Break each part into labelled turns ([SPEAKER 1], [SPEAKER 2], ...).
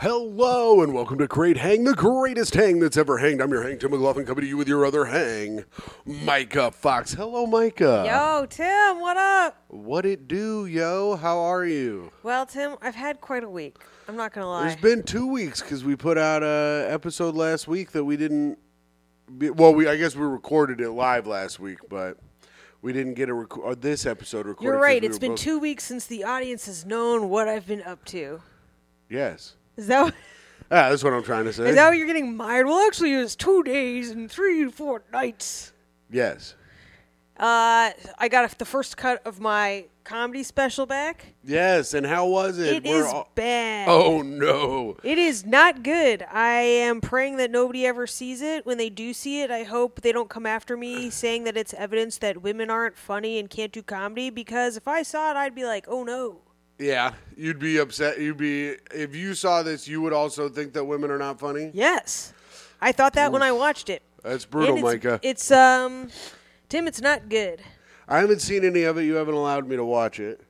[SPEAKER 1] Hello and welcome to Great Hang, the greatest hang that's ever hanged. I'm your hang, Tim McLaughlin, coming to you with your other hang, Micah Fox. Hello, Micah.
[SPEAKER 2] Yo, Tim, what up?
[SPEAKER 1] What it do, yo? How are you?
[SPEAKER 2] Well, Tim, I've had quite a week. I'm not gonna lie.
[SPEAKER 1] It's been two weeks because we put out a episode last week that we didn't. Be, well, we I guess we recorded it live last week, but we didn't get a rec- or this episode recorded.
[SPEAKER 2] You're
[SPEAKER 1] 'cause
[SPEAKER 2] right.
[SPEAKER 1] we
[SPEAKER 2] It's
[SPEAKER 1] were
[SPEAKER 2] been
[SPEAKER 1] both-
[SPEAKER 2] two weeks since the audience has known what I've been up to.
[SPEAKER 1] Yes.
[SPEAKER 2] Is that
[SPEAKER 1] Ah, that's what I'm trying to say.
[SPEAKER 2] is that what you're getting mired? Well, actually, it was two days and three to four nights.
[SPEAKER 1] yes.
[SPEAKER 2] Uh, I got the first cut of my comedy special back.
[SPEAKER 1] Yes. And how was it?
[SPEAKER 2] It is bad.
[SPEAKER 1] oh no.
[SPEAKER 2] It is not good. I am praying that nobody ever sees it. When they do see it, I hope they don't come after me saying that it's evidence that women aren't funny and can't do comedy because if I saw it, I'd be like, oh no.
[SPEAKER 1] Yeah, you'd be upset. You'd be if you saw this, you would also think that women are not funny.
[SPEAKER 2] Yes. I thought that when I watched it.
[SPEAKER 1] That's brutal,
[SPEAKER 2] And it's,
[SPEAKER 1] Micah.
[SPEAKER 2] It's, um, Tim, it's not good.
[SPEAKER 1] I haven't seen any of it. You haven't allowed me to watch it.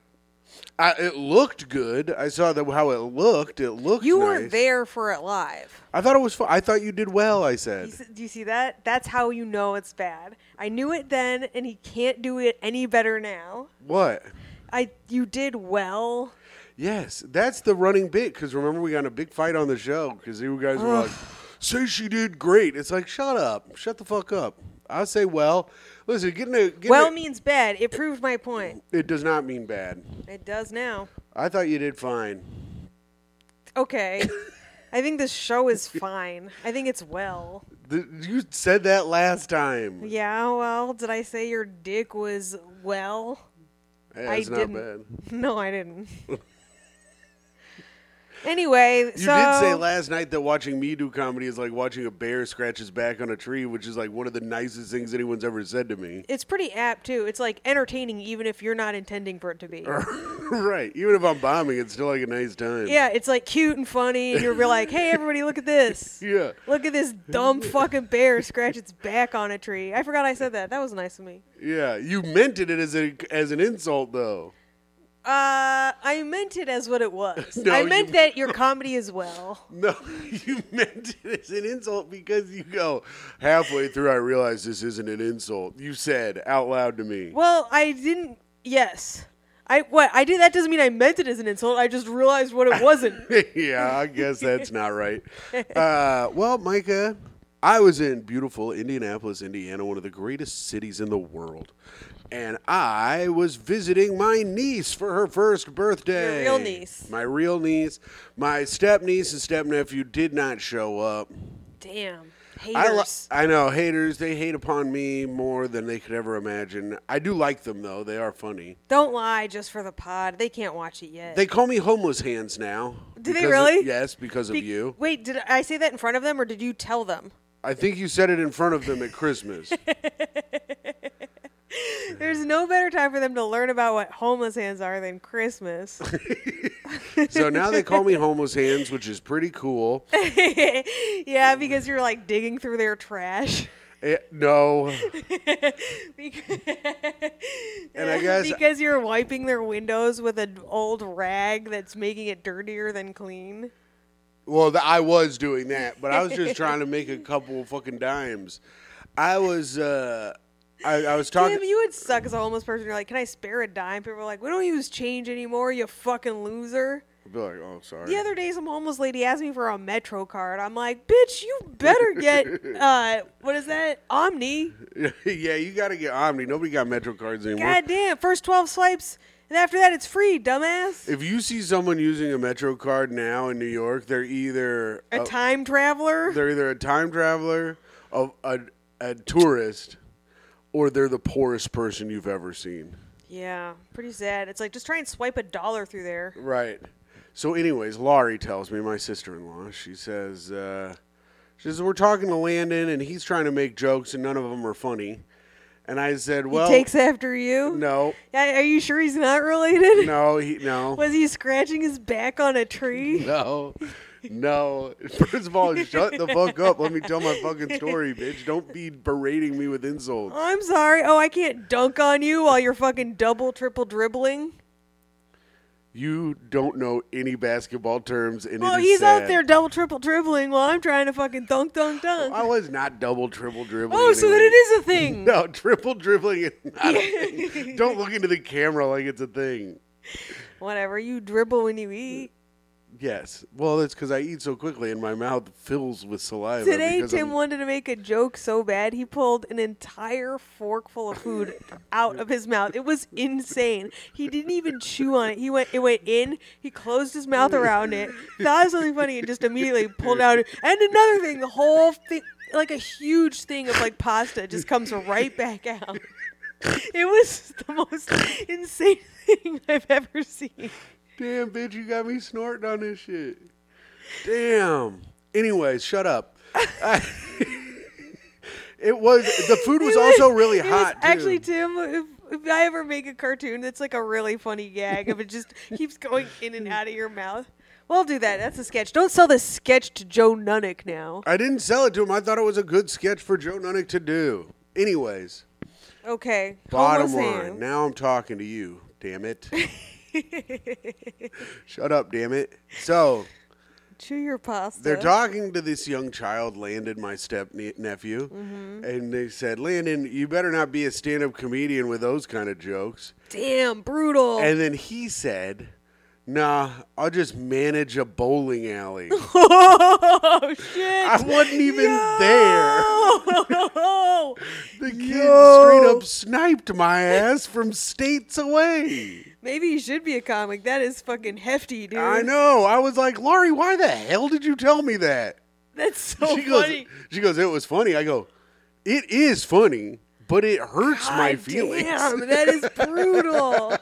[SPEAKER 1] I, it looked good. I saw the, how it looked. It looked.
[SPEAKER 2] You
[SPEAKER 1] nice.
[SPEAKER 2] weren't there for it live.
[SPEAKER 1] I thought it was. Fun. I thought you did well. I said.
[SPEAKER 2] You s- Do you see that? That's how you know it's bad. I knew it then, and he can't do it any better now.
[SPEAKER 1] What?
[SPEAKER 2] I, you did well.
[SPEAKER 1] Yes, that's the running bit. Because remember, we got in a big fight on the show because you guys were like, "Say she did great." It's like, shut up, shut the fuck up. I say, well, listen, getting a getting
[SPEAKER 2] Well
[SPEAKER 1] a,
[SPEAKER 2] means bad. It proved my point.
[SPEAKER 1] it does not mean bad.
[SPEAKER 2] It does now.
[SPEAKER 1] I thought you did fine.
[SPEAKER 2] Okay. I think this show is fine. I think it's well.
[SPEAKER 1] The, you said that last time.
[SPEAKER 2] Yeah, well, did I say your dick was well?
[SPEAKER 1] Hey,
[SPEAKER 2] I
[SPEAKER 1] it's not
[SPEAKER 2] didn't.
[SPEAKER 1] bad.
[SPEAKER 2] No, I didn't. anyway,
[SPEAKER 1] You
[SPEAKER 2] so
[SPEAKER 1] did say last night that watching me do comedy is like watching a bear scratch his back on a tree, which is like one of the nicest things anyone's ever said to me.
[SPEAKER 2] it's pretty apt too. It's like entertaining even if you're not intending for it to be.
[SPEAKER 1] right. Even if I'm bombing, it's still like a nice time.
[SPEAKER 2] Yeah, it's like cute and funny and you're like, "Hey everybody, look at this."
[SPEAKER 1] Yeah.
[SPEAKER 2] Look at this dumb fucking bear scratch its back on a tree. I forgot I said that. That was nice of me.
[SPEAKER 1] Yeah. You meant it as a as an insult though.
[SPEAKER 2] Uh, I meant it as what it was.
[SPEAKER 1] No,
[SPEAKER 2] I
[SPEAKER 1] you-
[SPEAKER 2] meant that your comedy is well.
[SPEAKER 1] No, you meant it as an insult because you go halfway through I realize this isn't an insult. You said out loud to me.
[SPEAKER 2] Well, I didn't. Yes, I what I did. That doesn't mean I meant it as an insult. I just realized what it wasn't.
[SPEAKER 1] yeah, I guess that's not right. Uh, well, Micah, I was in beautiful Indianapolis, Indiana, one of the greatest cities in the world. And I was visiting my niece for her first birthday.
[SPEAKER 2] Your real niece.
[SPEAKER 1] My real niece. My step niece and step nephew did not show up.
[SPEAKER 2] Damn
[SPEAKER 1] I, li-
[SPEAKER 2] haters.
[SPEAKER 1] I know haters. They hate upon me more than they could ever imagine. I do like them though. They are funny.
[SPEAKER 2] Don't lie just for the pod. They can't watch it yet.
[SPEAKER 1] They call me homeless hands now.
[SPEAKER 2] Uh, Do they
[SPEAKER 1] because of-
[SPEAKER 2] really?
[SPEAKER 1] yes, because of
[SPEAKER 2] Be-
[SPEAKER 1] you.
[SPEAKER 2] Wait, did I say that in front of them or did you tell them?
[SPEAKER 1] I think you said it in front of them at Christmas.
[SPEAKER 2] There's no better time for them to learn about what homeless hands are than Christmas.
[SPEAKER 1] so now they call me homeless hands, which is pretty cool.
[SPEAKER 2] yeah, because you're like digging through their trash.
[SPEAKER 1] Eh, no,
[SPEAKER 2] because,
[SPEAKER 1] And I guess-
[SPEAKER 2] because you're wiping their windows with an old rag that's making it dirtier than clean.
[SPEAKER 1] well, th- I was doing that, but I was just trying to make a couple fucking dimes. I was, uh, I, I was
[SPEAKER 2] Tim,
[SPEAKER 1] talking.
[SPEAKER 2] you would suck as a homeless person. You're like, can I spare a dime? People are like, we don't use change anymore. You fucking loser.
[SPEAKER 1] I'd be like, oh, sorry.
[SPEAKER 2] The other day, some homeless lady asked me for a Metro card. I'm like, bitch, you better get uh, what is that? Omni.
[SPEAKER 1] yeah, you got to get Omni. Nobody got Metro cards anymore.
[SPEAKER 2] Goddamn, first twelve swipes, and after that, it's free, dumbass.
[SPEAKER 1] If you see someone using a Metro card now in New York, they're either
[SPEAKER 2] A time traveler.
[SPEAKER 1] they're either a time traveler, a, a, a tourist, or they're the poorest person you've ever seen.
[SPEAKER 2] Yeah, pretty sad. It's like just try and swipe a dollar through there.
[SPEAKER 1] Right. So, anyways, Laurie tells me, my sister in law, she says, uh, she says, we're talking to Landon and he's trying to make jokes and none of them are funny. And I said, well,
[SPEAKER 2] he takes after you.
[SPEAKER 1] no,
[SPEAKER 2] Yeah, Are you sure he's not related?
[SPEAKER 1] no, he, no,
[SPEAKER 2] Was he scratching his back on a tree?
[SPEAKER 1] no, no. First of all, shut the fuck up. Let me tell my fucking story, bitch. Don't be berating me with insults.
[SPEAKER 2] Oh, I'm sorry. Oh, I can't dunk on you while you're fucking double, triple dribbling.
[SPEAKER 1] You don't know any basketball terms, and
[SPEAKER 2] Well,
[SPEAKER 1] it is
[SPEAKER 2] he's
[SPEAKER 1] sad. Oh,
[SPEAKER 2] out there double, triple, dribbling while I'm trying to fucking thunk, thunk, dunk.
[SPEAKER 1] I was not double, triple dribbling.
[SPEAKER 2] oh, so then
[SPEAKER 1] anyway.
[SPEAKER 2] it is a thing.
[SPEAKER 1] No, triple dribbling is not a thing. Don't look into the camera like it's a thing.
[SPEAKER 2] Whatever. You dribble when you eat.
[SPEAKER 1] Yes. Well, that's because I eat so quickly and my mouth fills with saliva.
[SPEAKER 2] Today,
[SPEAKER 1] because
[SPEAKER 2] Tim
[SPEAKER 1] I'm-
[SPEAKER 2] wanted to make a joke so bad he pulled an entire forkful of food out of his mouth. It was insane. He didn't even chew on it. He went, it went in. He closed his mouth around it, thought it was something funny, and just immediately pulled out. And another thing, the whole thing, like a huge thing of like pasta, just comes right back out. It was the most insane thing I've ever seen.
[SPEAKER 1] Damn, bitch, you got me snorting on this shit. Damn. Anyways, shut up. I- it was the food was
[SPEAKER 2] It
[SPEAKER 1] also really
[SPEAKER 2] it was
[SPEAKER 1] hot. too.
[SPEAKER 2] Actually, Tim, if, if I ever make a cartoon that's like a really funny gag, if it just keeps going in and out of your mouth, we'll do that. That's a sketch. Don't sell this sketch to Joe Nunnick now.
[SPEAKER 1] I didn't sell it to him. I thought it was a good sketch for Joe Nunnick to do. Anyways,
[SPEAKER 2] Okay.
[SPEAKER 1] bottom
[SPEAKER 2] Homo
[SPEAKER 1] line,
[SPEAKER 2] Sam.
[SPEAKER 1] now I'm talking to you. Damn it. Shut up, damn it. So
[SPEAKER 2] Chew your pasta.
[SPEAKER 1] they're talking to this young child, Landon, my step ne- nephew, and they said, Landon, you better not be a stand up comedian with those kind of jokes.
[SPEAKER 2] Damn, brutal.
[SPEAKER 1] And then he said, Nah, I'll just manage a bowling alley.
[SPEAKER 2] oh, shit.
[SPEAKER 1] I wasn't even
[SPEAKER 2] Yo!
[SPEAKER 1] there. The kid straight up sniped my ass from states away.
[SPEAKER 2] Maybe you should be a comic. That is fucking hefty, dude.
[SPEAKER 1] I know. I was like, Laurie, why the hell did you tell me that?
[SPEAKER 2] That's so
[SPEAKER 1] she goes,
[SPEAKER 2] funny.
[SPEAKER 1] she goes, it was funny. I go, it is funny, but it hurts my
[SPEAKER 2] God
[SPEAKER 1] feelings.
[SPEAKER 2] Damn, that is brutal.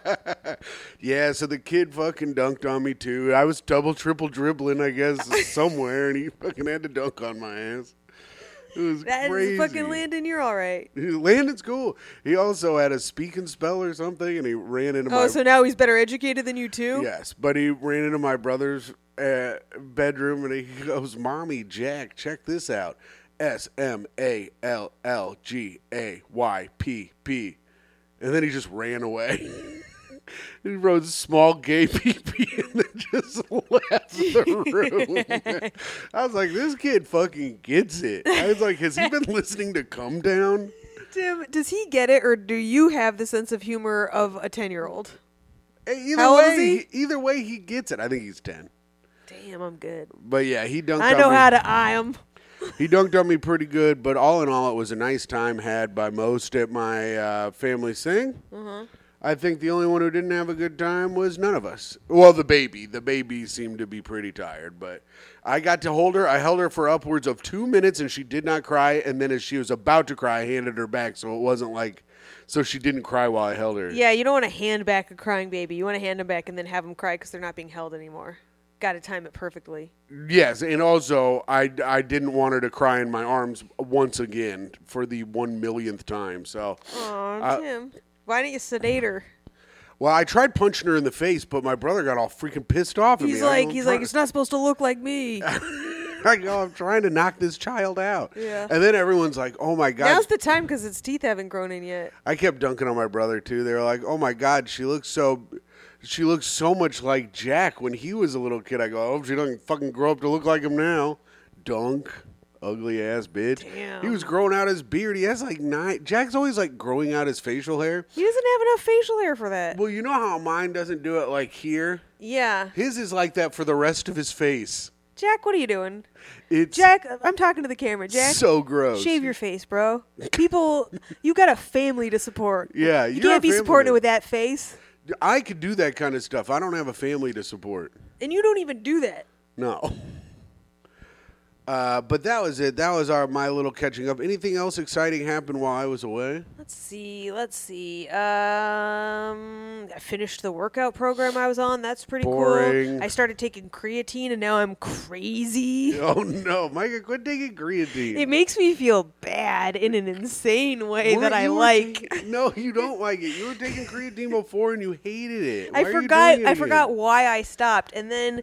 [SPEAKER 1] Yeah, so the kid fucking dunked on me too. I was double, triple dribbling, I guess, somewhere, and he fucking had to dunk on my ass. It was
[SPEAKER 2] That
[SPEAKER 1] crazy.
[SPEAKER 2] is fucking Landon. You're all right.
[SPEAKER 1] Landon's cool. He also had a speaking spell or something, and he ran into my
[SPEAKER 2] Oh, so now he's better educated than you too.
[SPEAKER 1] Yes, but he ran into my brother's uh, bedroom and he goes, "Mommy, Jack, check this out: S M A L L G A Y P P," and then he just ran away. he wrote "small gay PP" and then just left the room. I was like, "This kid fucking gets it." I was like, "Has he been listening to Come Down?"
[SPEAKER 2] Tim, does he get it, or do you have the sense of humor of a ten-year-old?
[SPEAKER 1] Eh, Either
[SPEAKER 2] How old is
[SPEAKER 1] way, either way, he gets it. I think he's ten.
[SPEAKER 2] Damn, I'm good.
[SPEAKER 1] But yeah, he dunked.
[SPEAKER 2] I
[SPEAKER 1] on
[SPEAKER 2] know
[SPEAKER 1] me.
[SPEAKER 2] how to eye him.
[SPEAKER 1] He dunked on me pretty good, but all in all, it was a nice time had by most at my uh, family thing. I think the only one who didn't have a good time was none of us. Well, the baby. The baby seemed to be pretty tired, but I got to hold her. I held her for upwards of two minutes, and she did not cry. And then, as she was about to cry, I handed her back, so it wasn't like so she didn't cry while I held her.
[SPEAKER 2] Yeah, you don't want to hand back a crying baby. You want to hand them back and then have them cry because they're not being held anymore. Got to time it perfectly.
[SPEAKER 1] Yes, and also I, I didn't want her to cry in my arms once again for the one millionth time. So.
[SPEAKER 2] Oh, Tim, why don't you sedate her?
[SPEAKER 1] Well, I tried punching her in the face, but my brother got all freaking pissed off at me.
[SPEAKER 2] He's
[SPEAKER 1] I
[SPEAKER 2] like,
[SPEAKER 1] don't-
[SPEAKER 2] he's like, it's not supposed to look like me.
[SPEAKER 1] I go, I'm trying to knock this child out.
[SPEAKER 2] Yeah.
[SPEAKER 1] And then everyone's like, oh my God.
[SPEAKER 2] Now's the time because its teeth haven't grown in yet.
[SPEAKER 1] I kept dunking on my brother too. They were like, oh my God, she looks so. She looks so much like Jack when he was a little kid. I go, oh, she doesn't fucking grow up to look like him now. Dunk. Ugly ass bitch.
[SPEAKER 2] Damn.
[SPEAKER 1] He was growing out his beard. He has like nine. Jack's always like growing out his facial hair.
[SPEAKER 2] He doesn't have enough facial hair for that.
[SPEAKER 1] Well, you know how mine doesn't do it like here?
[SPEAKER 2] Yeah,
[SPEAKER 1] His is like that for the rest of his face.
[SPEAKER 2] Jack, what are you doing?
[SPEAKER 1] It's
[SPEAKER 2] Jack, I'm talking to the camera. Jack,
[SPEAKER 1] so gross.
[SPEAKER 2] shave your face, bro. People, you got a family to support.
[SPEAKER 1] Yeah,
[SPEAKER 2] you
[SPEAKER 1] you're
[SPEAKER 2] can't
[SPEAKER 1] a
[SPEAKER 2] be
[SPEAKER 1] family
[SPEAKER 2] supporting it
[SPEAKER 1] man.
[SPEAKER 2] with that face,
[SPEAKER 1] I could do that kind of stuff. I don't have a family to support.
[SPEAKER 2] and you don't even do that.
[SPEAKER 1] No. Uh, but that was it. That was our my little catching up. Anything else exciting happened while I was away?
[SPEAKER 2] Let's see. Let's see. Um, I finished the workout program I was on. That's pretty
[SPEAKER 1] Boring.
[SPEAKER 2] cool. I started taking creatine, and now I'm crazy.
[SPEAKER 1] Oh no, Micah, quit taking creatine.
[SPEAKER 2] It makes me feel bad in an insane way
[SPEAKER 1] Weren't
[SPEAKER 2] that I
[SPEAKER 1] you were
[SPEAKER 2] like.
[SPEAKER 1] taking- no, you don't like it. You were taking creatine before and you hated it. Why
[SPEAKER 2] I
[SPEAKER 1] are you
[SPEAKER 2] forgot.
[SPEAKER 1] doing it
[SPEAKER 2] I
[SPEAKER 1] again?
[SPEAKER 2] forgot why I stopped, and then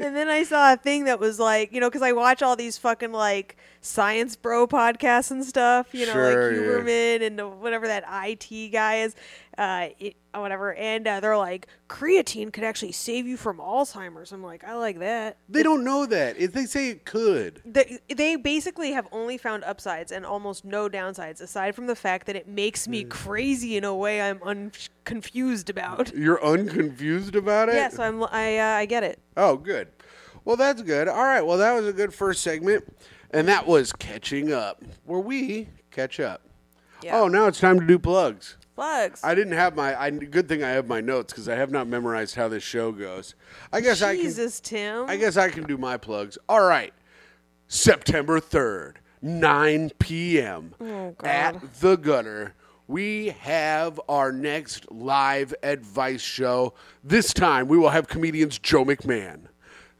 [SPEAKER 2] and then I saw a thing that was like, you know, because I watch all these fucking like science bro podcasts and stuff, you know,
[SPEAKER 1] Sure,
[SPEAKER 2] like
[SPEAKER 1] yeah.
[SPEAKER 2] Huberman and the- whatever that IT guy is, uh, it, or whatever. And uh, they're like, creatine could actually save you from Alzheimer's. I'm like, I like that.
[SPEAKER 1] They don't know that. If they say it could.
[SPEAKER 2] They, they basically have only found upsides and almost no downsides, aside from the fact that it makes
[SPEAKER 1] Hmm.
[SPEAKER 2] me crazy in a way I'm un- confused about.
[SPEAKER 1] You're unconfused about it?
[SPEAKER 2] Yeah, so I'm, I, uh, I get it.
[SPEAKER 1] Oh, good. Well, that's good. All right. Well, that was a good first segment. And that was Catching Up, where we catch up.
[SPEAKER 2] Yeah.
[SPEAKER 1] Oh, now it's time to do plugs.
[SPEAKER 2] Plugs.
[SPEAKER 1] I didn't have my. I, good thing I have my notes because I have not memorized how this show goes. I guess I can.
[SPEAKER 2] Jesus, Tim.
[SPEAKER 1] I guess I can do my plugs. All right. September 3rd, 9 p.m.
[SPEAKER 2] God.
[SPEAKER 1] at The Gutter. We have our next live advice show. This time we will have comedians Joe McMahon,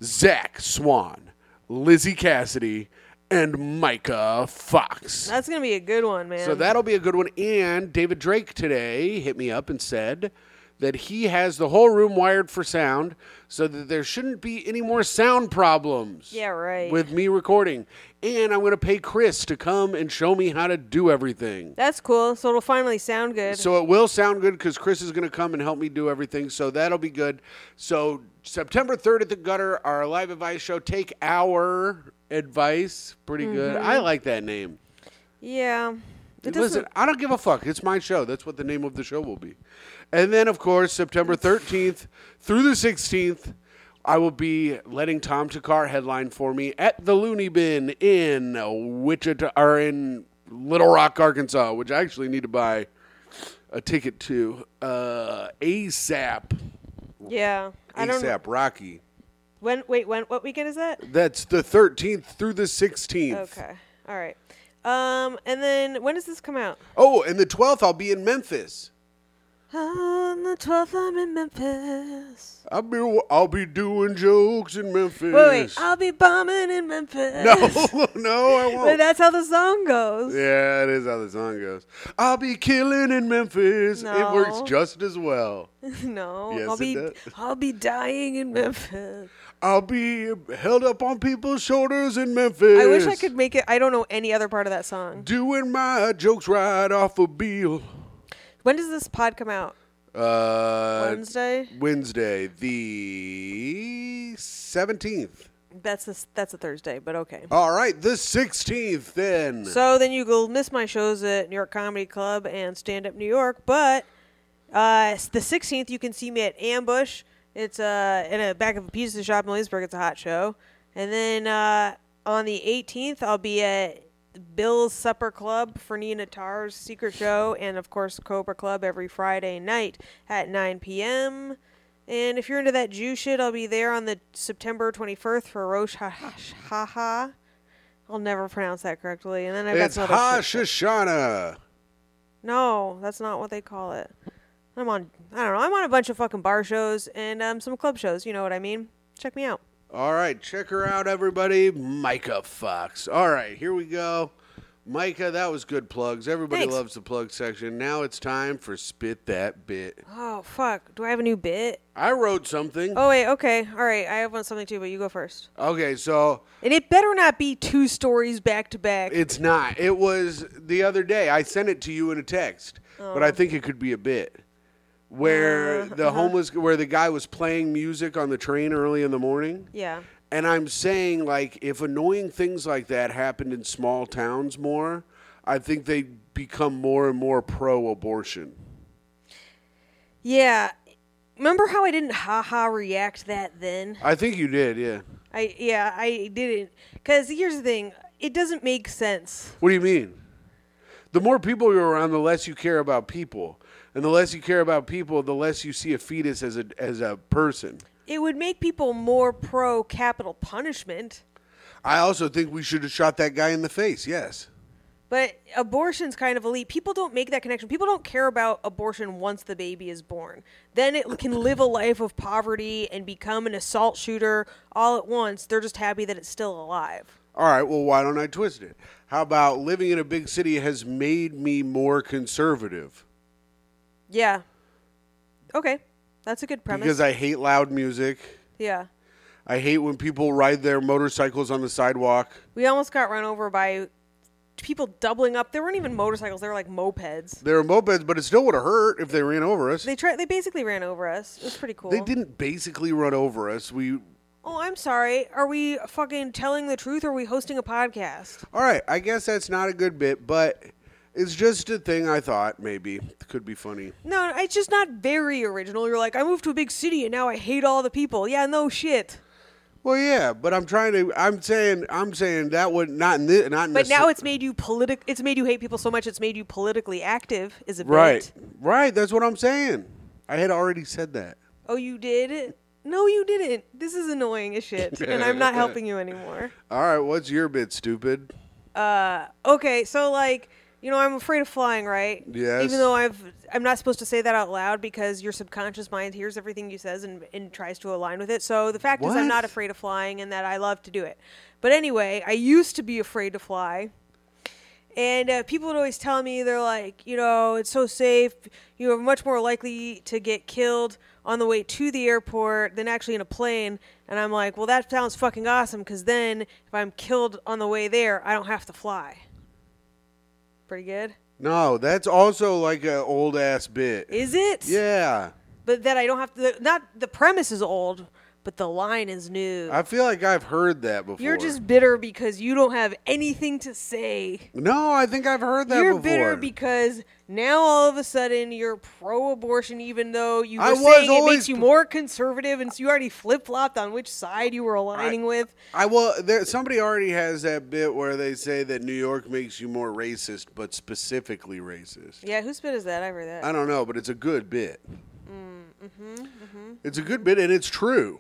[SPEAKER 1] Zach Swan, Lizzie Cassidy, and Micah Fox.
[SPEAKER 2] That's gonna be a good one, man.
[SPEAKER 1] So that'll be a good one. And David Drake today hit me up and said that he has the whole room wired for sound so that there shouldn't be any more sound problems.
[SPEAKER 2] Yeah, right.
[SPEAKER 1] With me recording. And I'm going to pay Chris to come and show me how to do everything.
[SPEAKER 2] That's cool. So it'll finally sound good.
[SPEAKER 1] So it will sound good because Chris is going to come and help me do everything. So that'll be good. So September 3rd at the Gutter, our live advice show. Take our advice. Pretty good. I
[SPEAKER 2] Mm-hmm.
[SPEAKER 1] like that name.
[SPEAKER 2] yeah. It doesn't.
[SPEAKER 1] Listen, I don't give a fuck. It's my show. That's what the name of the show will be. And then, of course, September 13th through the 16th, I will be letting Tom Takar headline for me at the Looney Bin in Wichita or in Little Rock, Arkansas, which I actually need to buy a ticket to uh, ASAP.
[SPEAKER 2] yeah. I don't.
[SPEAKER 1] ASAP Rocky.
[SPEAKER 2] When? Wait. When? What weekend is that?
[SPEAKER 1] That's the 13th through the 16th.
[SPEAKER 2] Okay. All right. Um. And then when does this come out?
[SPEAKER 1] Oh, and the 12th, I'll be in Memphis.
[SPEAKER 2] On the twelfth, I'm in Memphis.
[SPEAKER 1] I'll be I'll be doing jokes in Memphis.
[SPEAKER 2] Wait, Ah, wait. I'll be bombing in Memphis.
[SPEAKER 1] no, no, I
[SPEAKER 2] But
[SPEAKER 1] won't.
[SPEAKER 2] that's how the song goes.
[SPEAKER 1] yeah, it is how the song goes. I'll be killing in Memphis. It works
[SPEAKER 2] No.
[SPEAKER 1] just as well.
[SPEAKER 2] no.
[SPEAKER 1] Yes,
[SPEAKER 2] I'll
[SPEAKER 1] it
[SPEAKER 2] be.
[SPEAKER 1] does.
[SPEAKER 2] I'll be dying in Memphis.
[SPEAKER 1] I'll be held up on people's shoulders in Memphis.
[SPEAKER 2] I wish I could make it. I don't know any other part of that song.
[SPEAKER 1] doing my jokes right off of Beale.
[SPEAKER 2] When does this pod come out?
[SPEAKER 1] Uh,
[SPEAKER 2] Wednesday.
[SPEAKER 1] Wednesday, the seventeenth.
[SPEAKER 2] That's a, that's a Thursday, but okay.
[SPEAKER 1] All right, the sixteenth then.
[SPEAKER 2] So then you will miss my shows at New York Comedy Club and Stand Up New York, but uh, s- the 16th you can see me at Ambush. It's uh, in a back of a pizza shop in Williamsburg. It's a hot show. And then uh, on the 18th I'll be at Bill's Supper Club for Nina Tarr's secret show, and of course Cobra Club every Friday night at 9 p.m. And if you're into that Jew shit, I'll be there on the September 21st for Rosh Ha Ha Ha. I'll never pronounce that correctly. And then I've got
[SPEAKER 1] it's
[SPEAKER 2] some other
[SPEAKER 1] Ha
[SPEAKER 2] shit.
[SPEAKER 1] Shoshana.
[SPEAKER 2] No, that's not what they call it. I'm on. I don't know. I'm on a bunch of fucking bar shows and um, some club shows. You know what I mean? Check me out.
[SPEAKER 1] All right, check her out, everybody. Micah Fox. All right, here we go. Micah, that was good plugs. Everybody
[SPEAKER 2] Thanks.
[SPEAKER 1] loves the plug section. Now it's time for Spit That Bit.
[SPEAKER 2] Oh fuck! Do I have a new bit?
[SPEAKER 1] I wrote something.
[SPEAKER 2] Oh wait. Okay. All right. I have one something too, but you go first.
[SPEAKER 1] Okay, so
[SPEAKER 2] And it better not be two stories back to back.
[SPEAKER 1] it's not. It was the other day. I sent it to you in a text, but I think it could be a bit. Where the homeless, where the guy was playing music on the train early in the morning.
[SPEAKER 2] Yeah.
[SPEAKER 1] And I'm saying, like, if annoying things like that happened in small towns more, I think they become more and more pro abortion.
[SPEAKER 2] Yeah. Remember how I didn't haha react that then?
[SPEAKER 1] I think you did, yeah.
[SPEAKER 2] I yeah I didn't. Cause here's the thing. It doesn't make sense.
[SPEAKER 1] What do you mean? The more people you're around, the less you care about people. And the less you care about people, the less you see a fetus as a, as a person.
[SPEAKER 2] It would make people more pro capital punishment.
[SPEAKER 1] I also think we should have shot that guy in the face, yes.
[SPEAKER 2] But abortion's kind of elite. People don't make that connection. People don't care about abortion once the baby is born. Then it can live a life of poverty and become an assault shooter all at once. They're just happy that it's still alive.
[SPEAKER 1] All right, well, why don't I twist it? How about living in a big city has made me more conservative?
[SPEAKER 2] Yeah. Okay. That's a good premise.
[SPEAKER 1] Because I hate loud music.
[SPEAKER 2] yeah.
[SPEAKER 1] I hate when people ride their motorcycles on the sidewalk.
[SPEAKER 2] We almost got run over by people doubling up. They weren't even motorcycles; they were like mopeds.
[SPEAKER 1] They were mopeds, but it still would have hurt if they ran over us.
[SPEAKER 2] They tried. They basically ran over us. It was pretty cool.
[SPEAKER 1] They didn't basically run over us. We
[SPEAKER 2] Oh, I'm sorry. Are we fucking telling the truth? Or are we hosting a podcast?
[SPEAKER 1] all right. I guess that's not a good bit, but it's just a thing I thought maybe could be funny.
[SPEAKER 2] No, it's just not very original. You're like, I moved to a big city and now I hate all the people. Yeah, no shit.
[SPEAKER 1] Well, yeah, but I'm trying to. I'm saying. I'm saying that would not. In thi- not.
[SPEAKER 2] But
[SPEAKER 1] necessar-
[SPEAKER 2] now it's made you politic. It's made you hate people so much. It's made you politically active. Is it
[SPEAKER 1] right. Right. That's what I'm saying. I had already said that.
[SPEAKER 2] Oh, you did. No, you didn't. This is annoying as shit, and I'm not helping you anymore.
[SPEAKER 1] All right. What's your bit, stupid?
[SPEAKER 2] Okay, so like, you know, I'm afraid of flying, right?
[SPEAKER 1] Yes.
[SPEAKER 2] Even though I've, I'm not supposed to say that out loud because your subconscious mind hears everything you says and, and tries to align with it. So the fact is, is,
[SPEAKER 1] What?
[SPEAKER 2] I'm not afraid of flying, and that I love to do it. But anyway, I used to be afraid to fly. And uh, people would always tell me, they're like, you know, it's so safe. You're much more likely to get killed on the way to the airport than actually in a plane. And I'm like, well, that sounds fucking awesome because then if I'm killed on the way there, I don't have to fly. Pretty good.
[SPEAKER 1] No, that's also like an old ass bit.
[SPEAKER 2] Is it?
[SPEAKER 1] yeah.
[SPEAKER 2] But that I don't have to, not the premise is old, but the line is new.
[SPEAKER 1] I feel like I've heard that before.
[SPEAKER 2] You're just bitter because you don't have anything to say.
[SPEAKER 1] No, I think I've heard that
[SPEAKER 2] you're
[SPEAKER 1] before.
[SPEAKER 2] bitter because now all of a sudden you're pro-abortion, even though you were
[SPEAKER 1] I was
[SPEAKER 2] saying it
[SPEAKER 1] always
[SPEAKER 2] makes you
[SPEAKER 1] p-
[SPEAKER 2] more conservative, and so you already flip-flopped on which side you were aligning with.
[SPEAKER 1] I will. There, somebody already has that bit where they say that New York makes you more racist, but specifically racist.
[SPEAKER 2] Yeah, whose bit is that? I heard that.
[SPEAKER 1] I don't know, but it's a good bit.
[SPEAKER 2] Mm, mm-hmm,
[SPEAKER 1] It's a good bit, and it's true.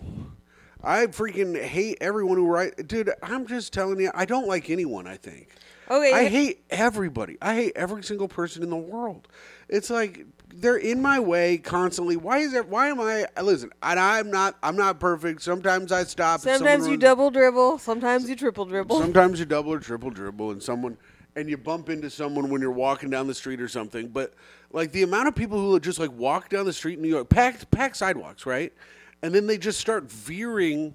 [SPEAKER 1] I freaking hate everyone who write, dude. I'm just telling you, I don't like anyone. I think.
[SPEAKER 2] Okay,
[SPEAKER 1] I
[SPEAKER 2] h-
[SPEAKER 1] hate everybody. I hate every single person in the world. It's like they're in my way constantly. Why is that? Why am I? Listen, and I'm not. I'm not perfect. Sometimes I stop. and someone
[SPEAKER 2] sometimes you
[SPEAKER 1] runs-
[SPEAKER 2] double dribble, sometimes you triple dribble.
[SPEAKER 1] Sometimes you double or triple dribble, and someone and you bump into someone when you're walking down the street or something. But like the amount of people who just like walk down the street in New York, packed packed sidewalks, right? And then they just start veering.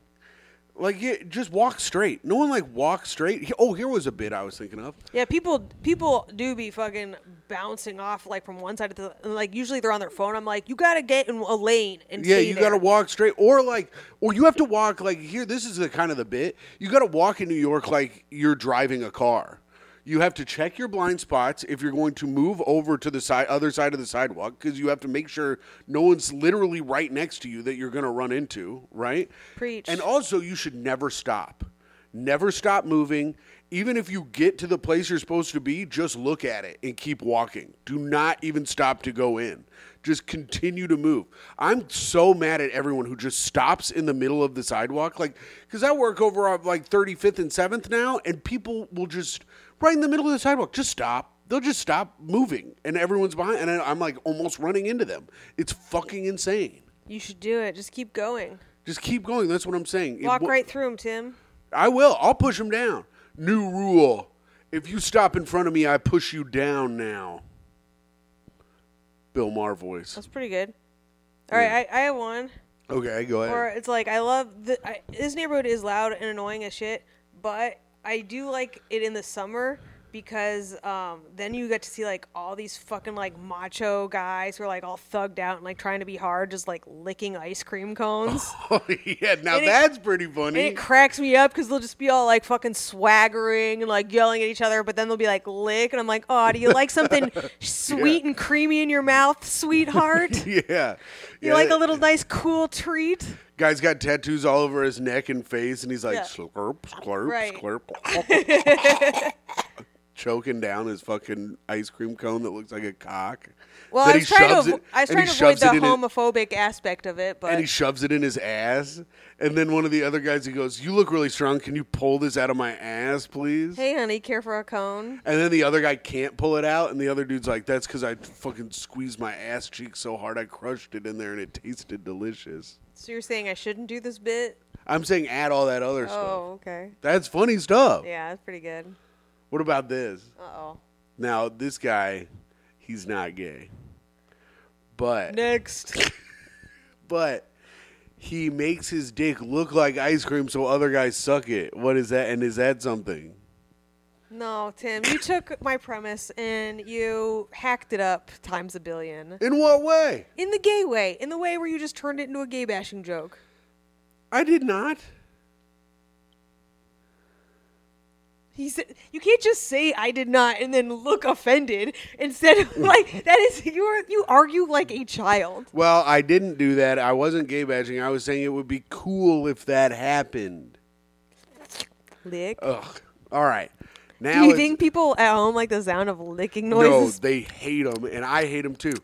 [SPEAKER 1] Like you just walk straight. No one like walks straight. He- Oh, here was a bit I was thinking of.
[SPEAKER 2] yeah, people people do be fucking bouncing off like from one side to the like. Usually they're on their phone. I'm like, you gotta get in a lane and
[SPEAKER 1] Yeah,
[SPEAKER 2] stay
[SPEAKER 1] you
[SPEAKER 2] there.
[SPEAKER 1] got to walk straight, or like, or you have to walk like here. This is the kind of the bit you got to walk in New York like you're driving a car. You have to check your blind spots if you're going to move over to the side, other side of the sidewalk, because you have to make sure no one's literally right next to you that you're going to run into, right?
[SPEAKER 2] Preach.
[SPEAKER 1] And also, you should never stop. Never stop moving. Even if you get to the place you're supposed to be, just look at it and keep walking. Do not even stop to go in. Just continue to move. I'm so mad at everyone who just stops in the middle of the sidewalk. Like, because I work over on like 35th and 7th now, and people will just, right in the middle of the sidewalk, just stop. They'll just stop moving, and everyone's behind. And I- I'm like almost running into them. It's fucking insane.
[SPEAKER 2] You should do it. Just keep going.
[SPEAKER 1] Just keep going. That's what I'm saying. It
[SPEAKER 2] Walk
[SPEAKER 1] wa-
[SPEAKER 2] right through them, Tim.
[SPEAKER 1] I will. I'll push him down. New rule. If you stop in front of me, I push you down now. Bill Maher voice.
[SPEAKER 2] That's pretty good. All right, I, I have one.
[SPEAKER 1] Okay, go ahead.
[SPEAKER 2] Or it's like I love the, I, this neighborhood is loud and annoying as shit, but I do like it in the summer because um, then you get to see like all these fucking like macho guys who are like all thugged out and like trying to be hard, just like licking ice cream cones.
[SPEAKER 1] Oh, yeah, now
[SPEAKER 2] And it-
[SPEAKER 1] that's pretty
[SPEAKER 2] and
[SPEAKER 1] funny.
[SPEAKER 2] it cracks me up because they'll just be all like fucking swaggering and like yelling at each other, but then they'll be like lick, and I'm like, oh, do you like something sweet and creamy in your mouth, sweetheart?
[SPEAKER 1] yeah. yeah.
[SPEAKER 2] You like a
[SPEAKER 1] that
[SPEAKER 2] little nice cool treat?
[SPEAKER 1] guy's got tattoos all over his neck and face, and he's like
[SPEAKER 2] Yeah.
[SPEAKER 1] slurp, slurp,
[SPEAKER 2] Right.
[SPEAKER 1] slurp. Choking down his fucking ice cream cone that looks like a cock.
[SPEAKER 2] Well,
[SPEAKER 1] That
[SPEAKER 2] I
[SPEAKER 1] he
[SPEAKER 2] was trying
[SPEAKER 1] shoves
[SPEAKER 2] to, avo-
[SPEAKER 1] it-
[SPEAKER 2] I was
[SPEAKER 1] and he
[SPEAKER 2] trying to avoid
[SPEAKER 1] shoves
[SPEAKER 2] the
[SPEAKER 1] it in his-
[SPEAKER 2] homophobic aspect of it, but
[SPEAKER 1] and he shoves it in his ass. And then one of the other guys, he goes, "You look really strong. Can you pull this out of my ass, please?"
[SPEAKER 2] hey, honey, care for a cone?
[SPEAKER 1] And then the other guy can't pull it out, and the other dude's like, "That's because I fucking squeezed my ass cheek so hard I crushed it in there, and it tasted delicious."
[SPEAKER 2] So you're saying I shouldn't do this bit?
[SPEAKER 1] I'm saying add all that other stuff.
[SPEAKER 2] Oh, okay.
[SPEAKER 1] That's funny stuff.
[SPEAKER 2] Yeah, that's pretty good.
[SPEAKER 1] What about this?
[SPEAKER 2] Uh oh.
[SPEAKER 1] Now this guy, he's not gay, but
[SPEAKER 2] Next.
[SPEAKER 1] but He makes his dick look like ice cream so other guys suck it. What is that? And is that something?
[SPEAKER 2] No, Tim, you took my premise and you hacked it up times a billion.
[SPEAKER 1] In what way?
[SPEAKER 2] In the gay way, in the way where you just turned it into a gay bashing joke.
[SPEAKER 1] I did not.
[SPEAKER 2] He said, "You can't just say I did not and then look offended. Instead, of like that is you are you argue like a child.
[SPEAKER 1] Well, I didn't do that. I wasn't gay bashing. I was saying it would be cool if that happened.
[SPEAKER 2] Lick.
[SPEAKER 1] Ugh. All right. Now
[SPEAKER 2] Do you
[SPEAKER 1] it's-
[SPEAKER 2] think people at home like the sound of licking
[SPEAKER 1] no,
[SPEAKER 2] noises?
[SPEAKER 1] they hate him, and I hate him too.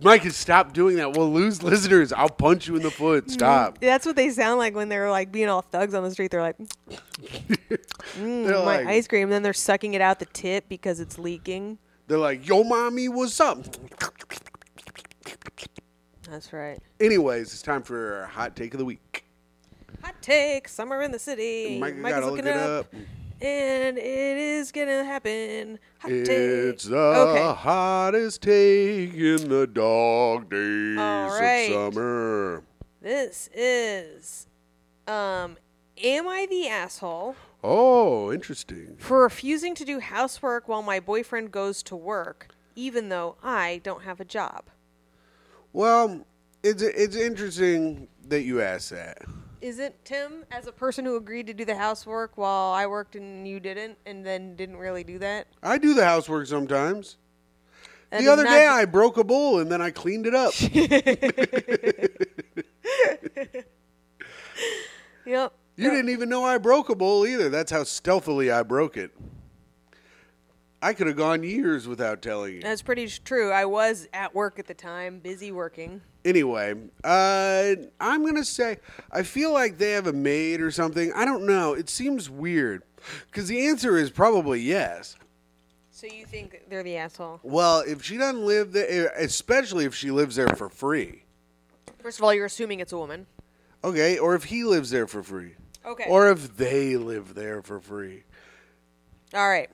[SPEAKER 1] Mike, stop doing that. We'll lose listeners. I'll punch you in the
[SPEAKER 2] Mm,
[SPEAKER 1] foot. Stop.
[SPEAKER 2] That's what they sound like when they're like being all thugs on the street. They're like, "Mm,
[SPEAKER 1] they're,
[SPEAKER 2] my
[SPEAKER 1] like,
[SPEAKER 2] ice cream, and then they're sucking it out the tip because it's leaking.
[SPEAKER 1] they're like, yo, mommy, what's up?
[SPEAKER 2] That's right.
[SPEAKER 1] Anyways, it's time for our hot take of the week.
[SPEAKER 2] Hot take, summer in the city.
[SPEAKER 1] Mike, you
[SPEAKER 2] Mike is
[SPEAKER 1] gotta
[SPEAKER 2] looking
[SPEAKER 1] look
[SPEAKER 2] it
[SPEAKER 1] it
[SPEAKER 2] up.
[SPEAKER 1] up.
[SPEAKER 2] And it is gonna happen. Hot
[SPEAKER 1] It's uh,
[SPEAKER 2] take.
[SPEAKER 1] the
[SPEAKER 2] okay.
[SPEAKER 1] hottest take in the dog days
[SPEAKER 2] All right.
[SPEAKER 1] of summer.
[SPEAKER 2] This is um Am I the asshole
[SPEAKER 1] Oh, interesting.
[SPEAKER 2] for refusing to do housework while my boyfriend goes to work, even though I don't have a job?
[SPEAKER 1] Well, it's it's interesting that you asked that.
[SPEAKER 2] Is it Tim, as a person who agreed to do the housework while I worked and you didn't, and then didn't really do that?
[SPEAKER 1] I do the housework sometimes.
[SPEAKER 2] And
[SPEAKER 1] the other
[SPEAKER 2] not
[SPEAKER 1] day,
[SPEAKER 2] do-
[SPEAKER 1] I broke a bowl and then I cleaned it up.
[SPEAKER 2] Yep.
[SPEAKER 1] You didn't even know I broke a bowl either. That's how stealthily I broke it. I could have gone years without telling you.
[SPEAKER 2] That's pretty sh- true. I was at work at the time, busy working.
[SPEAKER 1] Anyway, uh, I'm going to say I feel like they have a maid or something. I don't know. It seems weird because the answer is probably yes.
[SPEAKER 2] So you think that they're the asshole?
[SPEAKER 1] Well, if she doesn't live there, e, especially if she lives there for free,
[SPEAKER 2] First of all, you're assuming it's a woman.
[SPEAKER 1] okay, or if he lives there for free,
[SPEAKER 2] Okay.
[SPEAKER 1] or if they live there for free.
[SPEAKER 2] all right.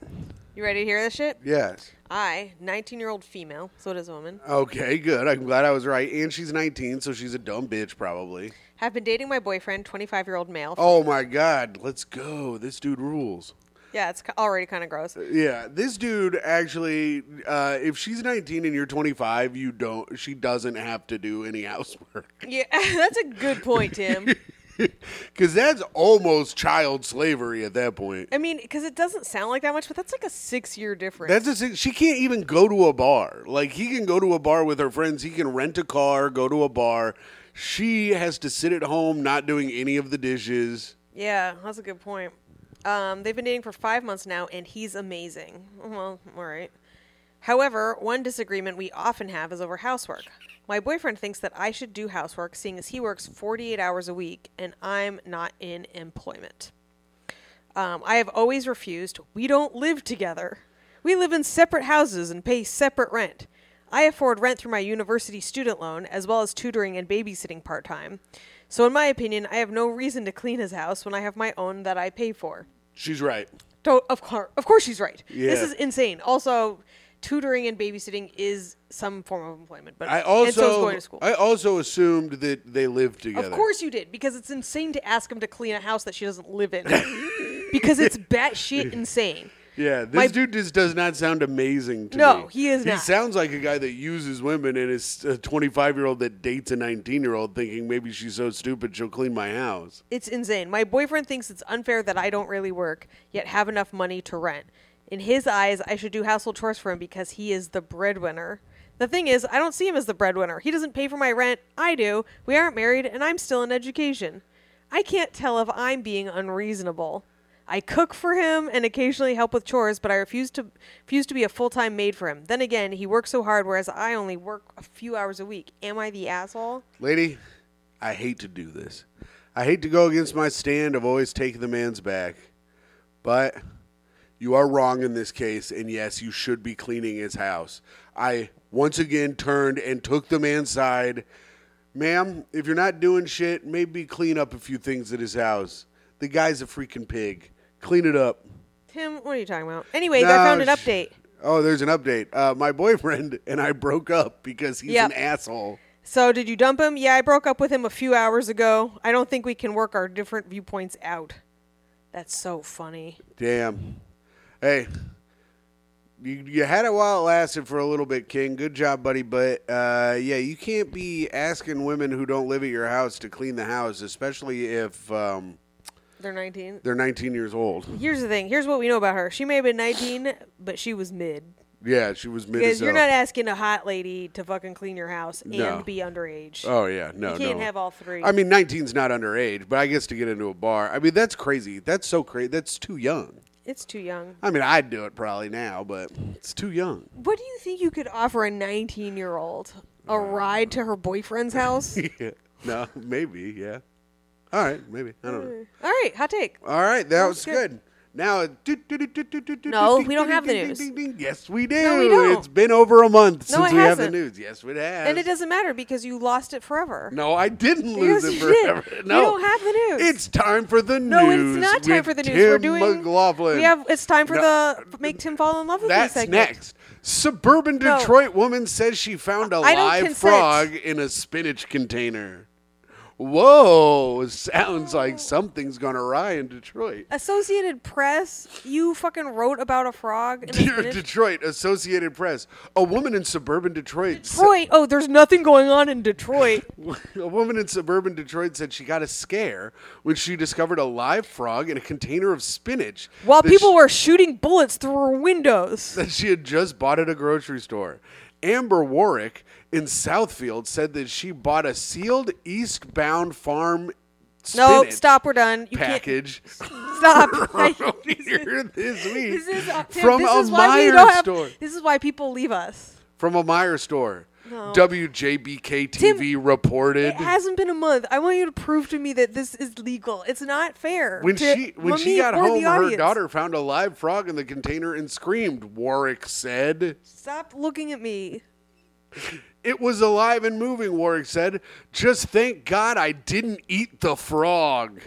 [SPEAKER 2] You ready to hear this shit?
[SPEAKER 1] Yes.
[SPEAKER 2] I, 19 year old female, so it is a woman,
[SPEAKER 1] Okay, good. I'm glad I was right. And she's 19, so she's a dumb bitch, probably.
[SPEAKER 2] have been dating my boyfriend, 25 year old male.
[SPEAKER 1] Oh my God, let's go. This dude rules.
[SPEAKER 2] Yeah, it's ki- already kind of gross.
[SPEAKER 1] Yeah, this dude actually, uh, if she's 19 and you're 25, you don't, she doesn't have to do any housework.
[SPEAKER 2] Yeah, that's a good point, Tim.
[SPEAKER 1] Because that's almost child slavery at that point.
[SPEAKER 2] I mean, because it doesn't sound like that much, but that's like a six year difference.
[SPEAKER 1] That's the thing. She can't even go to a bar. Like he can go to a bar with her friends. He can rent a car, go to a bar. She has to sit at home, not doing any of the dishes.
[SPEAKER 2] yeah, that's a good point. Um, they've been dating for five months now, and he's amazing. Well, all right. However, one disagreement we often have is over housework. My boyfriend thinks that I should do housework, seeing as he works 48 hours a week and I'm not in employment. Um, I have always refused. We don't live together. We live in separate houses and pay separate rent. I afford rent through my university student loan, as well as tutoring and babysitting part time. So, in my opinion, I have no reason to clean his house when I have my own that I pay for.
[SPEAKER 1] She's right.
[SPEAKER 2] To- of course, of course, she's right. This
[SPEAKER 1] Yeah.
[SPEAKER 2] is insane. Also, tutoring and babysitting is some form of employment, but
[SPEAKER 1] I
[SPEAKER 2] and so is
[SPEAKER 1] also
[SPEAKER 2] going to school.
[SPEAKER 1] I also assumed that they lived together.
[SPEAKER 2] of course, you did because it's insane to ask him to clean a house that she doesn't live in, because it's batshit insane.
[SPEAKER 1] Yeah, this
[SPEAKER 2] My-
[SPEAKER 1] dude just does not sound amazing to me.
[SPEAKER 2] No, he is
[SPEAKER 1] He
[SPEAKER 2] not.
[SPEAKER 1] sounds like a guy that uses women and is a 25 year old that dates a 19 year old, thinking maybe she's so stupid she'll clean my house.
[SPEAKER 2] It's insane. My boyfriend thinks it's unfair that I don't really work, yet have enough money to rent. In his eyes, I should do household chores for him because he is the breadwinner. The thing is, I don't see him as the breadwinner. He doesn't pay for my rent. I do. We aren't married, and I'm still in education. I can't tell if I'm being unreasonable. I cook for him and occasionally help with chores, but I refuse to refuse to be a full-time maid for him. Then again, he works so hard, whereas I only work a few hours a week. Am I the asshole?
[SPEAKER 1] Lady, I hate to do this. I hate to go against my stand of always taking the man's back, but you are wrong in this case, and yes, you should be cleaning his house. I once again turned and took the man's side. Ma'am, if you're not doing shit, maybe clean up a few things at his house. The guy's a freaking pig. Clean it up.
[SPEAKER 2] Tim, what are you talking about? Anyways, I found an
[SPEAKER 1] No, sh-
[SPEAKER 2] update.
[SPEAKER 1] Oh, there's an update. Uh, my boyfriend and I broke up because he's
[SPEAKER 2] Yep.
[SPEAKER 1] an asshole.
[SPEAKER 2] So, did you dump him? Yeah, I broke up with him a few hours ago. I don't think we can work our different viewpoints out. That's so funny.
[SPEAKER 1] Damn. Hey, you, you had it while it lasted for a little bit, King. Good job, buddy. But uh, yeah, you can't be asking women who don't live at your house to clean the house, especially if um,
[SPEAKER 2] They're 19.
[SPEAKER 1] they're 19 years old.
[SPEAKER 2] Here's the thing. Here's what we know about her. She may have been 19, but she was mid.
[SPEAKER 1] Yeah, she was mid
[SPEAKER 2] Because
[SPEAKER 1] as
[SPEAKER 2] you're
[SPEAKER 1] hell.
[SPEAKER 2] not asking a hot lady to fucking clean your house and
[SPEAKER 1] No.
[SPEAKER 2] be underage.
[SPEAKER 1] Oh yeah, no,
[SPEAKER 2] you can't
[SPEAKER 1] no.
[SPEAKER 2] have all three.
[SPEAKER 1] I mean, 19's not underage, but I guess to get into a bar, I mean, that's crazy. That's so crazy. That's too young.
[SPEAKER 2] it's too young.
[SPEAKER 1] I mean, I'd do it probably now, but it's too young.
[SPEAKER 2] What do you think you could offer a 19 year old? A ride to her boyfriend's house? all
[SPEAKER 1] Yeah. No, maybe, yeah. All right, maybe. I don't know.
[SPEAKER 2] right, hot take.
[SPEAKER 1] All right, that was
[SPEAKER 2] good.
[SPEAKER 1] good. Now,
[SPEAKER 2] No,
[SPEAKER 1] no,
[SPEAKER 2] we don't have the news.
[SPEAKER 1] Yes, we do.
[SPEAKER 2] we don't.
[SPEAKER 1] It's been over a month
[SPEAKER 2] No,
[SPEAKER 1] since
[SPEAKER 2] it
[SPEAKER 1] we have the
[SPEAKER 2] hasn't.
[SPEAKER 1] news. Yes, it has.
[SPEAKER 2] And it doesn't matter because you lost it forever.
[SPEAKER 1] No, I didn't lose
[SPEAKER 2] Yes,
[SPEAKER 1] it
[SPEAKER 2] you did.
[SPEAKER 1] forever.
[SPEAKER 2] You
[SPEAKER 1] No,
[SPEAKER 2] don't have the news.
[SPEAKER 1] It's time for the
[SPEAKER 2] No,
[SPEAKER 1] news.
[SPEAKER 2] it's not time
[SPEAKER 1] with
[SPEAKER 2] for the news.
[SPEAKER 1] Tim
[SPEAKER 2] We're doing.
[SPEAKER 1] McLaughlin.
[SPEAKER 2] We have. It's time for
[SPEAKER 1] No,
[SPEAKER 2] the make Tim fall in love with
[SPEAKER 1] That's
[SPEAKER 2] me segment.
[SPEAKER 1] next. Suburban
[SPEAKER 2] No.
[SPEAKER 1] Detroit woman says she found a
[SPEAKER 2] I don't
[SPEAKER 1] live
[SPEAKER 2] consent.
[SPEAKER 1] frog in a spinach container. Whoa, sounds like something's gone awry in Detroit.
[SPEAKER 2] Associated Press, you fucking wrote about a frog. In a
[SPEAKER 1] Dear
[SPEAKER 2] spinach-
[SPEAKER 1] Detroit, Associated Press. A woman in suburban Detroit. sa-
[SPEAKER 2] Detroit. Oh, there's nothing going on in Detroit.
[SPEAKER 1] a woman in suburban Detroit said she got a scare when she discovered a live frog in a container of spinach.
[SPEAKER 2] While
[SPEAKER 1] that
[SPEAKER 2] people
[SPEAKER 1] she,
[SPEAKER 2] were shooting bullets through her windows.
[SPEAKER 1] that she had just bought at a grocery store. Amber Warwick in Southfield said that she bought a sealed eastbound farm
[SPEAKER 2] No,
[SPEAKER 1] spinach
[SPEAKER 2] stop. We're done. You
[SPEAKER 1] package
[SPEAKER 2] can't stop. I-
[SPEAKER 1] from here this week
[SPEAKER 2] this is uh, Tim,
[SPEAKER 1] from
[SPEAKER 2] this
[SPEAKER 1] a
[SPEAKER 2] is why we
[SPEAKER 1] Meyer
[SPEAKER 2] don't have,
[SPEAKER 1] store.
[SPEAKER 2] This is why people leave us.
[SPEAKER 1] From a Meyer store. WJBK TV reported.
[SPEAKER 2] It hasn't been a month. I want you to prove to me that this is legal. It's not fair.
[SPEAKER 1] When
[SPEAKER 2] to
[SPEAKER 1] she when she
[SPEAKER 2] me
[SPEAKER 1] got
[SPEAKER 2] or the
[SPEAKER 1] home, her
[SPEAKER 2] audience.
[SPEAKER 1] daughter found a live frog in the container and screamed. Warwick said,
[SPEAKER 2] Stop looking at me.
[SPEAKER 1] "It was alive and moving." Warwick said, "Just thank God I didn't eat the frog."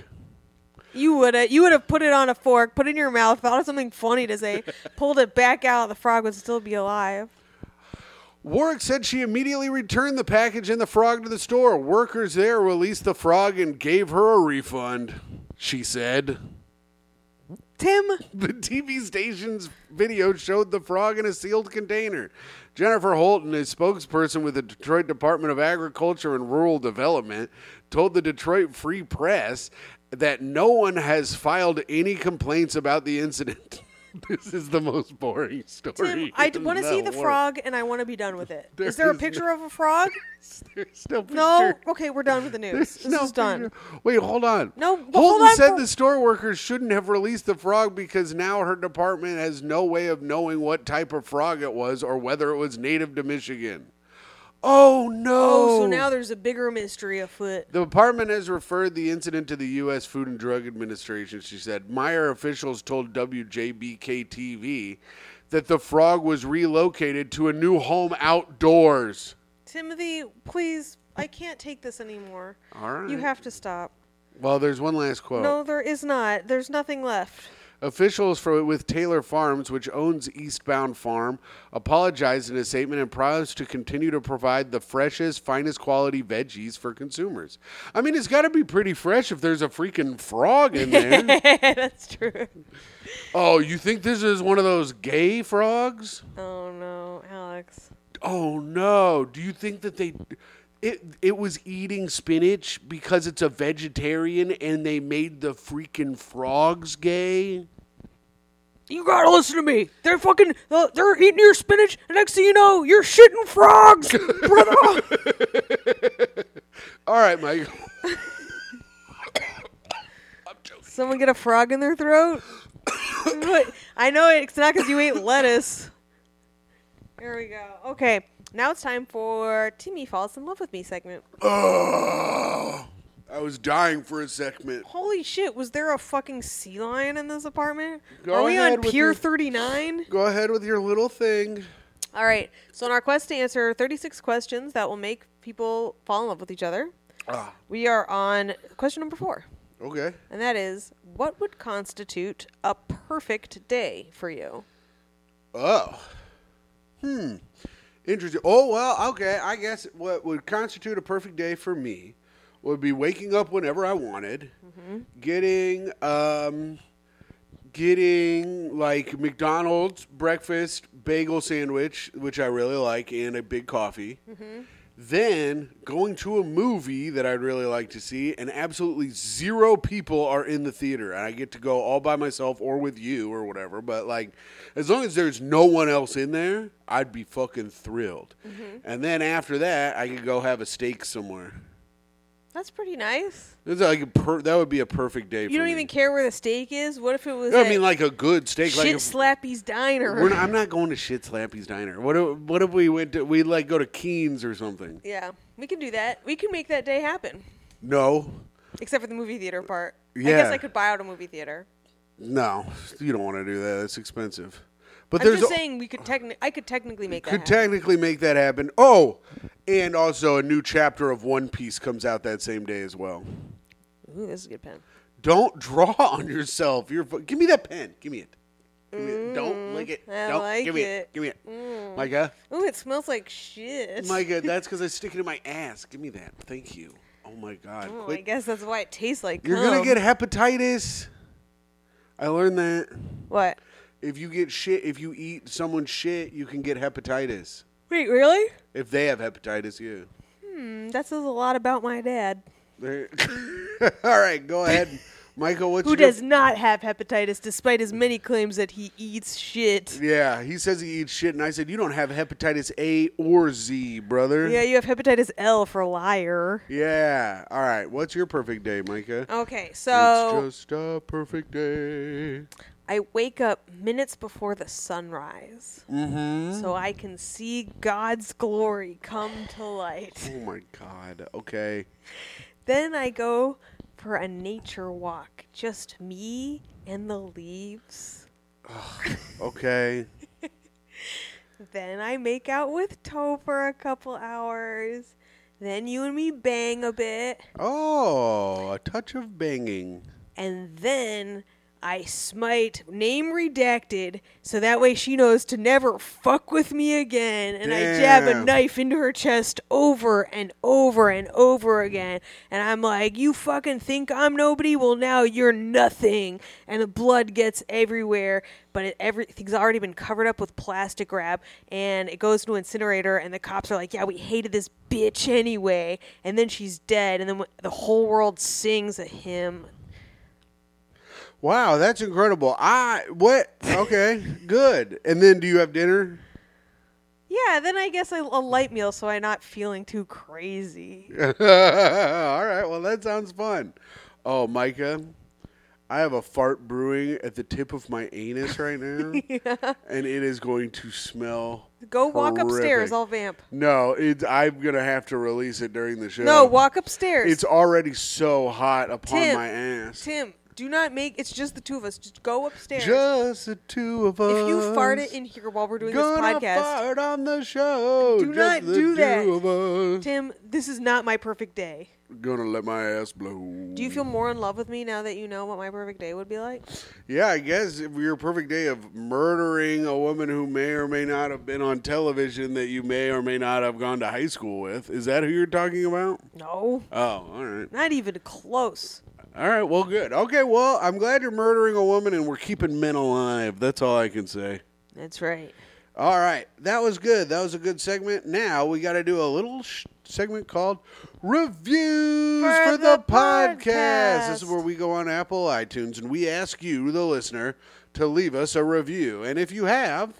[SPEAKER 2] You would have you would have put it on a fork, put it in your mouth, thought of something funny to say, pulled it back out, the frog would still be alive.
[SPEAKER 1] Warwick said she immediately returned the package and the frog to the store. Workers there released the frog and gave her a refund. She said.
[SPEAKER 2] Tim,
[SPEAKER 1] The TV station's video showed the frog in a sealed container. Jennifer Holton, a spokesperson with the Detroit Department of Agriculture and Rural Development, told the Detroit Free Press that no one has filed any complaints about the incident. this is the most boring story.
[SPEAKER 2] Tim, I
[SPEAKER 1] in
[SPEAKER 2] want to see the
[SPEAKER 1] world.
[SPEAKER 2] frog and I want to be done with it. Is
[SPEAKER 1] There
[SPEAKER 2] there a
[SPEAKER 1] is
[SPEAKER 2] picture of a frog?
[SPEAKER 1] There's no picture.
[SPEAKER 2] No. Okay, we're done with the news.
[SPEAKER 1] There's
[SPEAKER 2] This
[SPEAKER 1] no
[SPEAKER 2] is done.
[SPEAKER 1] picture. Wait, hold on.
[SPEAKER 2] No, well,
[SPEAKER 1] Holton
[SPEAKER 2] hold on
[SPEAKER 1] said
[SPEAKER 2] for-
[SPEAKER 1] the store workers shouldn't have released the frog because now her department has no way of knowing what type of frog it was or whether it was native to Michigan. Oh no!
[SPEAKER 2] Oh, so now there's a bigger mystery afoot.
[SPEAKER 1] The department has referred the incident to the U.S. Food and Drug Administration, she said. Meyer officials told WJBK TV that the frog was relocated to a new home outdoors.
[SPEAKER 2] Timothy, please, I can't take this anymore.
[SPEAKER 1] All right.
[SPEAKER 2] You have to stop.
[SPEAKER 1] Well, there's one last quote.
[SPEAKER 2] No, there is not. There's nothing left.
[SPEAKER 1] Officials for, with Taylor Farms, which owns Eastbound Farm, apologized in a statement and promised to continue to provide the freshest, finest quality veggies for consumers. I mean, it's got to be pretty fresh if there's a freaking frog in there.
[SPEAKER 2] That's true.
[SPEAKER 1] oh, you think this is one of those gay frogs?
[SPEAKER 2] Oh no, Alex.
[SPEAKER 1] Oh no! Do you think that they? It, it was eating spinach because it's a vegetarian and they made the freaking frogs gay?
[SPEAKER 2] You gotta listen to me. They're fucking. Uh, they're eating your spinach, and next thing you know, you're shitting frogs, brother.
[SPEAKER 1] All right, Mike.
[SPEAKER 2] Someone get a frog in their throat. What- I know it's not because you ate lettuce. There we go. Okay, now it's time for Timmy falls in love with me segment.
[SPEAKER 1] Oh, I was dying for a segment.
[SPEAKER 2] Holy shit! Was there a fucking sea lion in this apartment?
[SPEAKER 1] Go
[SPEAKER 2] Are we on
[SPEAKER 1] ahead with
[SPEAKER 2] Pier
[SPEAKER 1] your-
[SPEAKER 2] Thirty Nine?
[SPEAKER 1] Go ahead with your little thing.
[SPEAKER 2] All right. So in our quest to answer 36 questions that will make people fall in love with each other,
[SPEAKER 1] Ah,
[SPEAKER 2] we are on question number four,
[SPEAKER 1] okay.
[SPEAKER 2] and that is, what would constitute a perfect day for you?
[SPEAKER 1] Oh. Hmm. Interesting. Oh well, okay. I guess what would constitute a perfect day for me would be waking up whenever I wanted, getting um, getting like McDonald's breakfast bagel sandwich, which I really like, and a big coffee. Then going to a movie that I'd really like to see, and absolutely zero people are in the theater, and I get to go all by myself or with you or whatever. But like, as long as there's no one else in there, I'd be fucking thrilled.
[SPEAKER 2] Mm-hmm.
[SPEAKER 1] And then after that, I could go have a steak somewhere.
[SPEAKER 2] That's pretty nice.
[SPEAKER 1] That's like a per- that would be a perfect day.
[SPEAKER 2] You don't even care where the steak is. What if it was?
[SPEAKER 1] No, I
[SPEAKER 2] at
[SPEAKER 1] mean, like a good steak.
[SPEAKER 2] shit
[SPEAKER 1] Like if-
[SPEAKER 2] Slappy's Diner.
[SPEAKER 1] we're not, I'm not going to shit Slappy's Diner. What if, what if we went to we like go to Keens or something?
[SPEAKER 2] yeah, we can do that. We can make that day happen.
[SPEAKER 1] No,
[SPEAKER 2] Except for the movie theater part. I
[SPEAKER 1] Yeah.
[SPEAKER 2] guess I could buy out a movie theater.
[SPEAKER 1] no, you don't want to do that. That's expensive. But
[SPEAKER 2] I'm
[SPEAKER 1] there's
[SPEAKER 2] just
[SPEAKER 1] a-
[SPEAKER 2] saying we could techni- I could technically make
[SPEAKER 1] could
[SPEAKER 2] that happen.
[SPEAKER 1] technically make that happen. Oh, and also a new chapter of One Piece comes out that same day as well.
[SPEAKER 2] Ooh, this is a good pen.
[SPEAKER 1] Don't draw on yourself. You're fu- give me that pen. Give me it. Give me it. Don't lick it.
[SPEAKER 2] Mm, I
[SPEAKER 1] don't
[SPEAKER 2] like
[SPEAKER 1] give me it.
[SPEAKER 2] it. Mm.
[SPEAKER 1] Give me it. Micah.
[SPEAKER 2] Ooh, it smells like shit.
[SPEAKER 1] Micah, that's because I stick it in my ass. Give me that. Thank you. Oh my God.
[SPEAKER 2] oh, I
[SPEAKER 1] Quit.
[SPEAKER 2] guess that's why it tastes like.
[SPEAKER 1] You're gonna
[SPEAKER 2] cum.
[SPEAKER 1] get hepatitis. I learned that
[SPEAKER 2] what?
[SPEAKER 1] if you get shit, if you eat someone's shit, you can get hepatitis.
[SPEAKER 2] Wait, really?
[SPEAKER 1] If they have hepatitis, yeah.
[SPEAKER 2] Mm, that says a lot about my dad,
[SPEAKER 1] There- All right, go ahead, Michael. What's
[SPEAKER 2] who
[SPEAKER 1] your
[SPEAKER 2] does not have hepatitis, despite his many claims that he eats shit.
[SPEAKER 1] Yeah, he says he eats shit, and I said you don't have hepatitis A or Z, brother.
[SPEAKER 2] Yeah, you have hepatitis L for liar.
[SPEAKER 1] Yeah. All right. What's your perfect day, Micah?
[SPEAKER 2] Okay, Um, so
[SPEAKER 1] It's just a perfect day.
[SPEAKER 2] I wake up minutes before the sunrise,
[SPEAKER 1] Mm-hmm.
[SPEAKER 2] so I can see God's glory come to light.
[SPEAKER 1] Oh my God. Okay.
[SPEAKER 2] Then I go for a nature walk, just me and the leaves.
[SPEAKER 1] Okay.
[SPEAKER 2] Then I make out with Toe for a couple hours. Then you and me bang a bit,
[SPEAKER 1] Oh, a touch of banging.
[SPEAKER 2] and then I smite name redacted so that way she knows to never fuck with me again. And I jab a
[SPEAKER 1] Damn.
[SPEAKER 2] knife into her chest over and over and over again. And I'm like, You fucking think I'm nobody? Well, now you're nothing. And the blood gets everywhere, but it, everything's already been covered up with plastic wrap. And it goes to incinerator, and the cops are like, Yeah, we hated this bitch anyway. And then she's dead. And then wh- the whole world sings a hymn.
[SPEAKER 1] Wow, that's incredible. I what? Okay, good. And then do you have dinner?
[SPEAKER 2] Yeah, then I guess I, a light meal so I'm not feeling too crazy.
[SPEAKER 1] All right. Well, that sounds fun. Oh, Micah, I have a fart brewing at the tip of my anus right now, and it is going to smell.
[SPEAKER 2] Go walk upstairs.
[SPEAKER 1] horrific.
[SPEAKER 2] I'll vamp.
[SPEAKER 1] No, it's, I'm gonna have to release it during the show.
[SPEAKER 2] No, walk upstairs.
[SPEAKER 1] It's already so hot upon
[SPEAKER 2] Tim.
[SPEAKER 1] my ass.
[SPEAKER 2] Tim, do not make. It's just the two of us. Just go upstairs.
[SPEAKER 1] Just the two of us.
[SPEAKER 2] if you fart it in here while we're doing this
[SPEAKER 1] gonna
[SPEAKER 2] podcast,
[SPEAKER 1] fart on the show.
[SPEAKER 2] Do
[SPEAKER 1] just
[SPEAKER 2] not
[SPEAKER 1] the
[SPEAKER 2] do that.
[SPEAKER 1] Two of us.
[SPEAKER 2] Tim, this is not my perfect day.
[SPEAKER 1] Gonna let my ass blow.
[SPEAKER 2] Do you feel more in love with me now that you know what my perfect day would be like?
[SPEAKER 1] Yeah, I guess if your perfect day of murdering a woman who may or may not have been on television that you may or may not have gone to high school with. Is that who you're talking about?
[SPEAKER 2] No,
[SPEAKER 1] Oh, all right.
[SPEAKER 2] not even close.
[SPEAKER 1] All right, well, good. Okay, well, I'm glad you're murdering a woman and we're keeping men alive. That's all I can say.
[SPEAKER 2] That's right.
[SPEAKER 1] All right, that was good. That was a good segment. Now we got to do a little sh- segment called Reviews
[SPEAKER 2] For
[SPEAKER 1] for,
[SPEAKER 2] the
[SPEAKER 1] the, podcast. This is
[SPEAKER 2] podcast.
[SPEAKER 1] where we go on Apple iTunes and we ask you, the listener, to leave us a review. And if you have,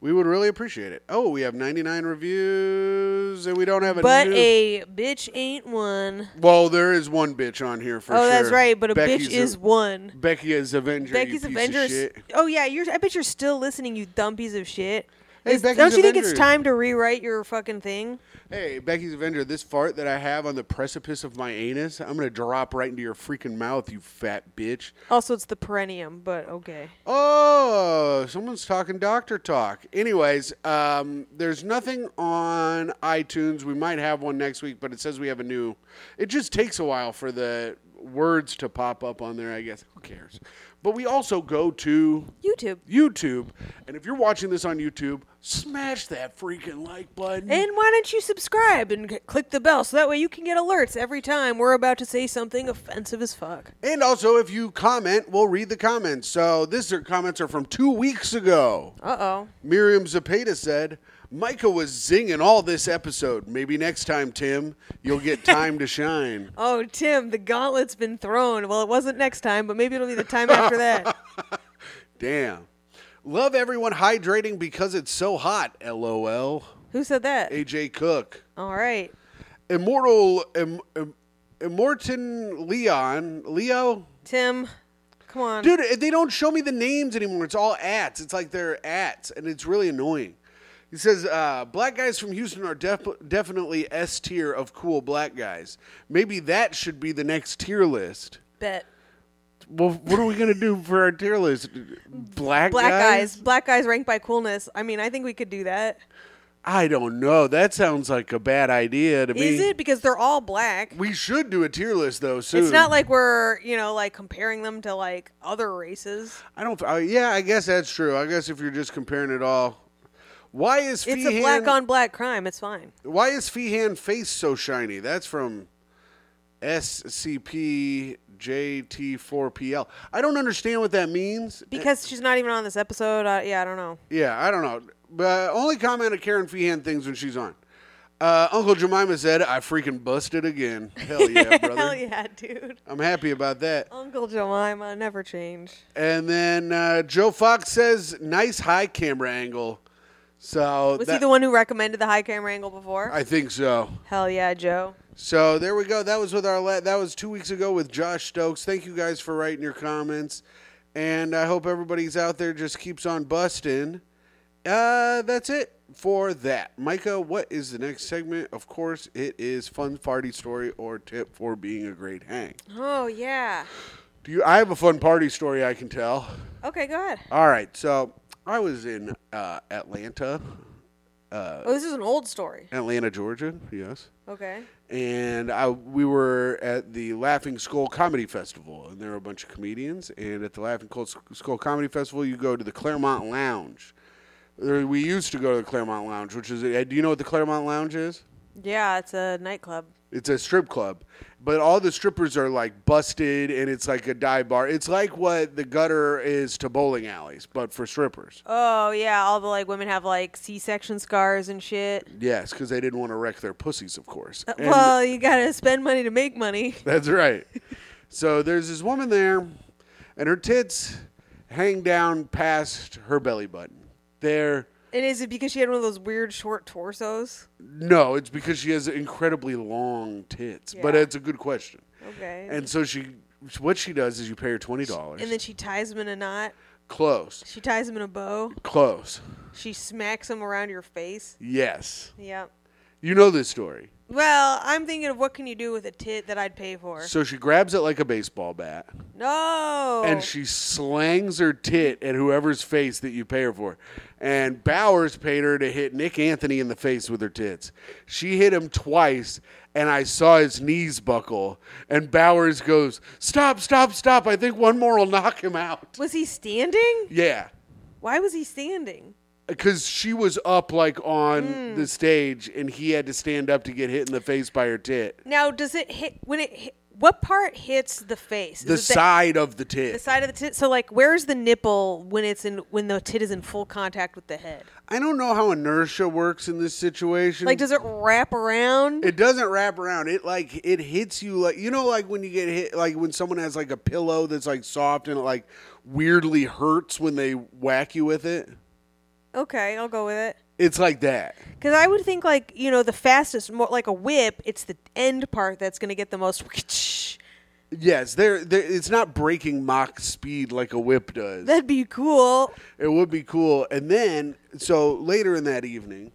[SPEAKER 1] we would really appreciate it. Oh, we have 99 reviews and we don't have a
[SPEAKER 2] But
[SPEAKER 1] new-
[SPEAKER 2] a bitch ain't one.
[SPEAKER 1] Well, there is one bitch on here for
[SPEAKER 2] Oh,
[SPEAKER 1] sure.
[SPEAKER 2] that's right. But a
[SPEAKER 1] Becky's
[SPEAKER 2] bitch is one.
[SPEAKER 1] Becky is Avenger. you
[SPEAKER 2] Becky's
[SPEAKER 1] piece of
[SPEAKER 2] Avengers.
[SPEAKER 1] shit.
[SPEAKER 2] Oh yeah, you're. I bet you're still listening, you dumb piece of shit.
[SPEAKER 1] Hey,
[SPEAKER 2] Is-
[SPEAKER 1] Becky's
[SPEAKER 2] don't you think it's
[SPEAKER 1] Avenger.
[SPEAKER 2] time to rewrite your fucking thing?
[SPEAKER 1] Hey, Becky's Avenger, this fart that I have on the precipice of my anus, I'm going to drop right into your freaking mouth, you fat bitch.
[SPEAKER 2] Also, it's the perennium, but okay.
[SPEAKER 1] Oh, someone's talking doctor talk. Anyways, um, there's nothing on iTunes. We might have one next week, but it says we have a new. It just takes a while for the words to pop up on there, I guess. Who cares? But we also go to
[SPEAKER 2] YouTube.
[SPEAKER 1] YouTube. And if you're watching this on YouTube, smash that freaking like button.
[SPEAKER 2] And why don't you subscribe and c- click the bell so that way you can get alerts every time we're about to say something offensive as fuck.
[SPEAKER 1] And also, if you comment, we'll read the comments. So, these are comments are from two weeks ago.
[SPEAKER 2] Uh oh.
[SPEAKER 1] Miriam Zapata said, Micah was zinging all this episode. Maybe next time, Tim, you'll get time to shine.
[SPEAKER 2] Oh, Tim, the gauntlet's been thrown. Well, it wasn't next time, but maybe it'll be the time after that.
[SPEAKER 1] Damn. Love everyone hydrating because it's so hot. LOL.
[SPEAKER 2] Who said that?
[SPEAKER 1] AJ Cook.
[SPEAKER 2] All right.
[SPEAKER 1] Immortal. Im, Im- Immortan Leon. Leo?
[SPEAKER 2] Tim, come on.
[SPEAKER 1] Dude, eh, they don't show me the names anymore. It's all ats. It's like they're ats, and it's really annoying. He says, uh, black guys from Houston are def- definitely S tier of cool black guys. Maybe that should be the next tier list.
[SPEAKER 2] Bet.
[SPEAKER 1] Well, what are we going to do for our tier list? Black,
[SPEAKER 2] Black
[SPEAKER 1] guys?
[SPEAKER 2] guys. Black guys ranked by coolness. I mean, I think we could do that.
[SPEAKER 1] I don't know. That sounds like a bad idea to me.
[SPEAKER 2] Is it? Because they're all black.
[SPEAKER 1] We should do a tier list, though, soon.
[SPEAKER 2] It's not like we're, you know, like comparing them to like other races.
[SPEAKER 1] I don't. Uh, yeah, I guess that's true. I guess if you're just comparing it all. Why is
[SPEAKER 2] It's
[SPEAKER 1] Feehan-
[SPEAKER 2] a black on black crime. It's fine.
[SPEAKER 1] Why is Feehan face so shiny? That's from SCPJT4PL. I don't understand what that means.
[SPEAKER 2] Because she's not even on this episode. Uh, yeah, I don't know.
[SPEAKER 1] Yeah, I don't know. But only comment of Karen Feehan things when she's on. Uh, Uncle Jemima said, "I freaking busted again." Hell yeah, brother!
[SPEAKER 2] Hell yeah, dude.
[SPEAKER 1] I'm happy about that.
[SPEAKER 2] Uncle Jemima never change.
[SPEAKER 1] And then uh, Joe Fox says, "Nice high camera angle." So
[SPEAKER 2] Was
[SPEAKER 1] that,
[SPEAKER 2] he the one who recommended the high camera angle before?
[SPEAKER 1] I think so.
[SPEAKER 2] Hell yeah, Joe.
[SPEAKER 1] So there we go. That was with our la- that was two weeks ago with Josh Stokes. Thank you guys for writing your comments, and I hope everybody's out there just keeps on busting. Uh, that's it for that, Micah. What is the next segment? Of course, it is fun party story or tip for being a great hang.
[SPEAKER 2] Oh yeah.
[SPEAKER 1] Do you? I have a fun party story I can tell.
[SPEAKER 2] Okay, go ahead.
[SPEAKER 1] All right, so I was in uh, Atlanta, Uh,
[SPEAKER 2] Oh, this is an old story.
[SPEAKER 1] Atlanta, Georgia. Yes.
[SPEAKER 2] Okay.
[SPEAKER 1] and I we were at the Laughing Skull Comedy Festival, and there were a bunch of comedians. And at the Laughing Col- Skull Comedy Festival, you go to the Claremont Lounge. There- We used to go to the Claremont Lounge, which is uh, do you know what the Claremont Lounge is?
[SPEAKER 2] Yeah, it's a nightclub.
[SPEAKER 1] It's a strip club, but all the strippers are like busted, and it's like a dive bar. It's like what the gutter is to bowling alleys, but for strippers.
[SPEAKER 2] Oh yeah, all the like women have like C-section scars and shit.
[SPEAKER 1] Yes, because they didn't want to wreck their pussies, of course. And-
[SPEAKER 2] Uh, well, you gotta spend money to make money.
[SPEAKER 1] That's right. So there's this woman there, and her tits hang down past her belly button. They're
[SPEAKER 2] And is it because she had one of those weird short torsos?
[SPEAKER 1] no, it's because she has incredibly long tits. But
[SPEAKER 2] Yeah.
[SPEAKER 1] it's a good question.
[SPEAKER 2] Okay. And,
[SPEAKER 1] And so she, what she does is you pay her twenty dollars.
[SPEAKER 2] then she ties him in a knot.
[SPEAKER 1] Close,
[SPEAKER 2] She ties him in a bow.
[SPEAKER 1] close.
[SPEAKER 2] She smacks him around your face.
[SPEAKER 1] Yes,
[SPEAKER 2] Yeah.
[SPEAKER 1] you know this story.
[SPEAKER 2] Well, I'm thinking of what can you do with a tit that I'd pay for?
[SPEAKER 1] So she grabs it like a baseball bat,
[SPEAKER 2] No.
[SPEAKER 1] and she slangs her tit at whoever's face that you pay her for. And Bowers paid her to hit Nick Anthony in the face with her tits. She hit him twice, and I saw his knees buckle. And Bowers goes, Stop, stop, stop. I think one more will knock him out.
[SPEAKER 2] was he standing?
[SPEAKER 1] Yeah.
[SPEAKER 2] Why was he standing?
[SPEAKER 1] Because she was up like on
[SPEAKER 2] Hmm.
[SPEAKER 1] the stage, and he had to stand up to get hit in the face by her tit.
[SPEAKER 2] Now, does it hit when it hit, what part hits the face? Is
[SPEAKER 1] The
[SPEAKER 2] it
[SPEAKER 1] side of the
[SPEAKER 2] the
[SPEAKER 1] tit.
[SPEAKER 2] side of the tit. So like, where's the nipple when it's in when the tit is in full contact with the head?
[SPEAKER 1] I don't know how inertia works in this situation.
[SPEAKER 2] Like, does it wrap around?
[SPEAKER 1] It doesn't wrap around. It like it hits you like you know like when you get hit like when someone has like a pillow that's like soft and it like weirdly hurts when they whack you with it.
[SPEAKER 2] okay, I'll go with it.
[SPEAKER 1] It's like that.
[SPEAKER 2] Because I would think like you know the fastest, more like a whip. It's the end part that's gonna get the most.
[SPEAKER 1] Yes, there there it's not breaking Mach speed like a whip does.
[SPEAKER 2] That'd be cool.
[SPEAKER 1] It would be cool. And then, so later in that evening,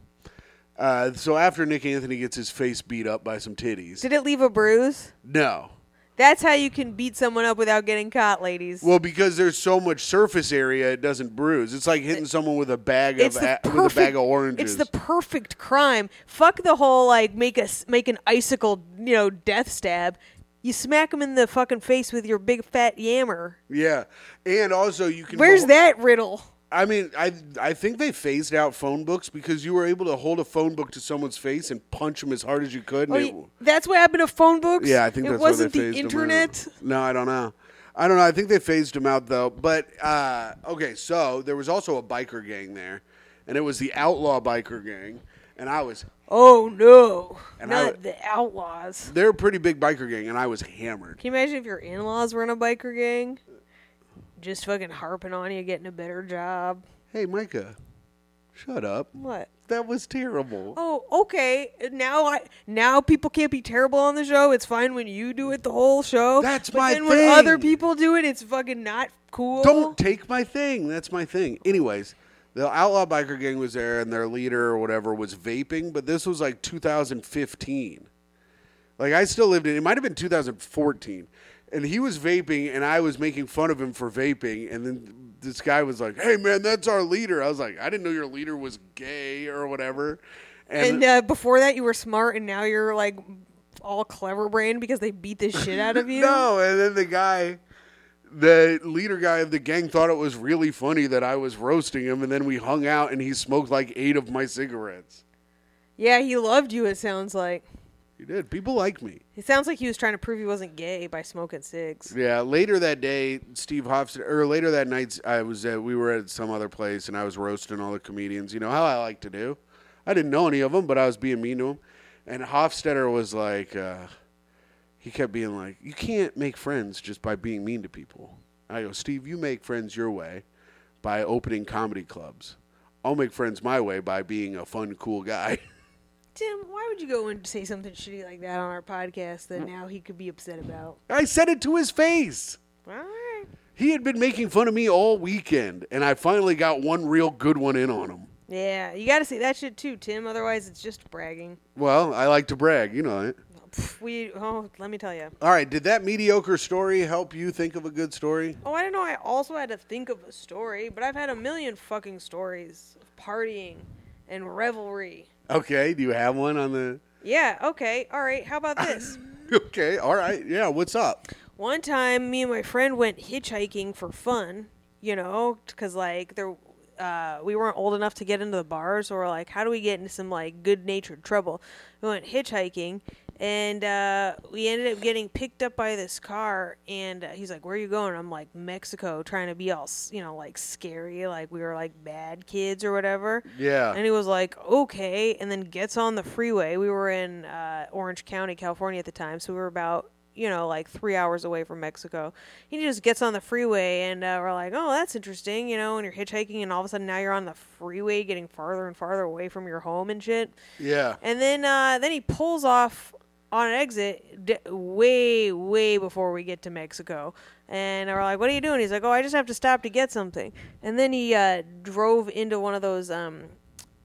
[SPEAKER 1] uh, so after Nick Anthony gets his face beat up by some titties,
[SPEAKER 2] Did it leave a bruise?
[SPEAKER 1] no,
[SPEAKER 2] That's how you can beat someone up without getting caught, ladies.
[SPEAKER 1] Well, because there's so much surface area, it doesn't bruise. It's like hitting someone with a bag of
[SPEAKER 2] it's
[SPEAKER 1] a-
[SPEAKER 2] the perfect,
[SPEAKER 1] with a bag of oranges.
[SPEAKER 2] It's the perfect crime. Fuck the whole like make us make an icicle, you know, death stab. You smack them in the fucking face with your big fat yammer.
[SPEAKER 1] Yeah, and also you can.
[SPEAKER 2] Where's
[SPEAKER 1] hold-
[SPEAKER 2] that riddle?
[SPEAKER 1] I mean, I I think they phased out phone books because you were able to hold a phone book to someone's face and punch them as hard as you could. And
[SPEAKER 2] Oh,
[SPEAKER 1] it-
[SPEAKER 2] y- that's what happened to phone books.
[SPEAKER 1] yeah, I think
[SPEAKER 2] it
[SPEAKER 1] that's why
[SPEAKER 2] wasn't
[SPEAKER 1] they
[SPEAKER 2] the
[SPEAKER 1] phased 'em out.
[SPEAKER 2] internet.
[SPEAKER 1] No, I don't know. I don't know. I think they phased them out though. But uh, okay, so there was also a biker gang there, and it was the outlaw biker gang, and I was
[SPEAKER 2] Oh no,
[SPEAKER 1] And I
[SPEAKER 2] not
[SPEAKER 1] w-
[SPEAKER 2] the outlaws.
[SPEAKER 1] they're a pretty big biker gang, and I was hammered.
[SPEAKER 2] Can you imagine if your in-laws were in a biker gang? Just fucking harping on you, getting a better job.
[SPEAKER 1] Hey, Micah, shut up.
[SPEAKER 2] What?
[SPEAKER 1] That was terrible.
[SPEAKER 2] Oh, okay. Now I now people can't be terrible on the show. It's fine when you do it the whole show.
[SPEAKER 1] That's
[SPEAKER 2] but
[SPEAKER 1] my
[SPEAKER 2] then when other
[SPEAKER 1] thing.
[SPEAKER 2] people do it, it's fucking not cool.
[SPEAKER 1] Don't take my thing. That's my thing. Anyways, the outlaw biker gang was there, and their leader or whatever was vaping, but this was like 2015. Like I still lived in. It might have been 2014, and he was vaping, and I was making fun of him for vaping, and then this guy was like, "Hey man, that's our leader." I was like, "I didn't know your leader was gay or whatever."
[SPEAKER 2] And uh, before that, you were smart, and now you're like all clever brain because they beat the shit out of you.
[SPEAKER 1] No, and then the guy, the leader guy of the gang, thought it was really funny that I was roasting him, and then we hung out, and he smoked like eight of my cigarettes.
[SPEAKER 2] Yeah, he loved you. It sounds like
[SPEAKER 1] He did. People like me.
[SPEAKER 2] it sounds like he was trying to prove he wasn't gay by smoking cigs.
[SPEAKER 1] Yeah. Later that day, Steve Hofstad, or later that night, I was at, we were at some other place, and I was roasting all the comedians. You know how I like to do. I didn't know any of them, but I was being mean to them. And Hofstetter was like, uh, he kept being like, "You can't make friends just by being mean to people." I go, "Steve, you make friends your way by opening comedy clubs. I'll make friends my way by being a fun, cool guy."
[SPEAKER 2] Tim, why would you go and say something shitty like that on our podcast that now he could be upset about?
[SPEAKER 1] I said it to his face.
[SPEAKER 2] All right.
[SPEAKER 1] He had been making fun of me all weekend, and I finally got one real good one in on him.
[SPEAKER 2] Yeah, you got to say that shit too, Tim. Otherwise, it's just bragging.
[SPEAKER 1] Well, I like to brag, you know it.
[SPEAKER 2] Pff, We oh, let me tell you.
[SPEAKER 1] All right, did that mediocre story help you think of a good story?
[SPEAKER 2] Oh, I didn't know. I also had to think of a story, but I've had a million fucking stories of partying and revelry.
[SPEAKER 1] Okay, do you have one on the
[SPEAKER 2] Yeah, okay. All right. How about this?
[SPEAKER 1] Okay, all right. Yeah, what's up?
[SPEAKER 2] One time, me and my friend went hitchhiking for fun, you know, because, like, there, uh, we weren't old enough to get into the bars, so we're like, how do we get into some, like, good natured trouble? We went hitchhiking, and uh, we ended up getting picked up by this car, and uh, he's like, where are you going? I'm like, Mexico, trying to be all, s- you know, like, scary, like, we were, like, bad kids or whatever.
[SPEAKER 1] Yeah.
[SPEAKER 2] And he was like, okay, and then gets on the freeway. We were in uh, Orange County, California at the time, so we were about, you know, like three hours away from Mexico. He just gets on the freeway, and uh, we're like, oh, that's interesting, you know, and you're hitchhiking, and all of a sudden now you're on the freeway getting farther and farther away from your home and shit.
[SPEAKER 1] Yeah.
[SPEAKER 2] And then uh, then he pulls off on an exit d- way way before we get to Mexico. And we're like, "What are you doing?" He's like, "Oh, I just have to stop to get something." And then he uh, drove into one of those um,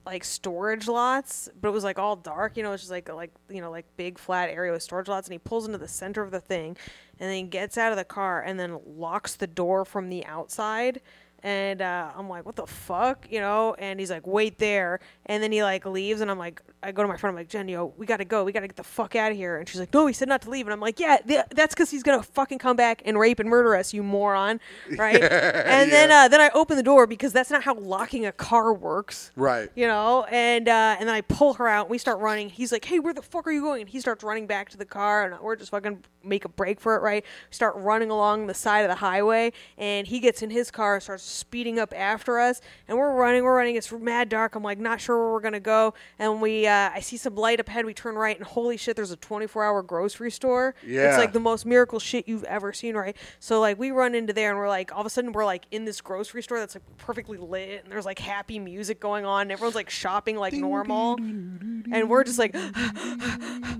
[SPEAKER 2] like storage lots, but it was like all dark. You know, it's just like like you know like big flat area with storage lots. And he pulls into the center of the thing, and then gets out of the car and then locks the door from the outside. And uh, I'm like, what the fuck, you know? And he's like, wait there. And then he like leaves, and I'm like, I go to my friend, I'm like, Jen, yo, we gotta go, we gotta get the fuck out of here. And she's like, no, he said not to leave. And I'm like, yeah, th- that's because he's gonna fucking come back and rape and murder us, you moron, right? and then uh, then I open the door because that's not how locking a car works
[SPEAKER 1] Right.
[SPEAKER 2] you know and uh, and then i pull her out and we start running he's like hey where the fuck are you going and he starts running back to the car and we're just fucking make a break for it right we start running along the side of the highway and he gets in his car and starts speeding up after us and we're running we're running it's mad dark i'm like not sure where we're gonna go and we uh, i see some light up ahead we turn right and holy shit there's a 24 hour grocery store
[SPEAKER 1] Yeah.
[SPEAKER 2] it's like the most miracle shit you've ever seen, right? So like we run into there and we're like all of a sudden we're like in this grocery store that's like perfectly lit and there's like happy music going on and everyone's like shopping like normal. And we're just like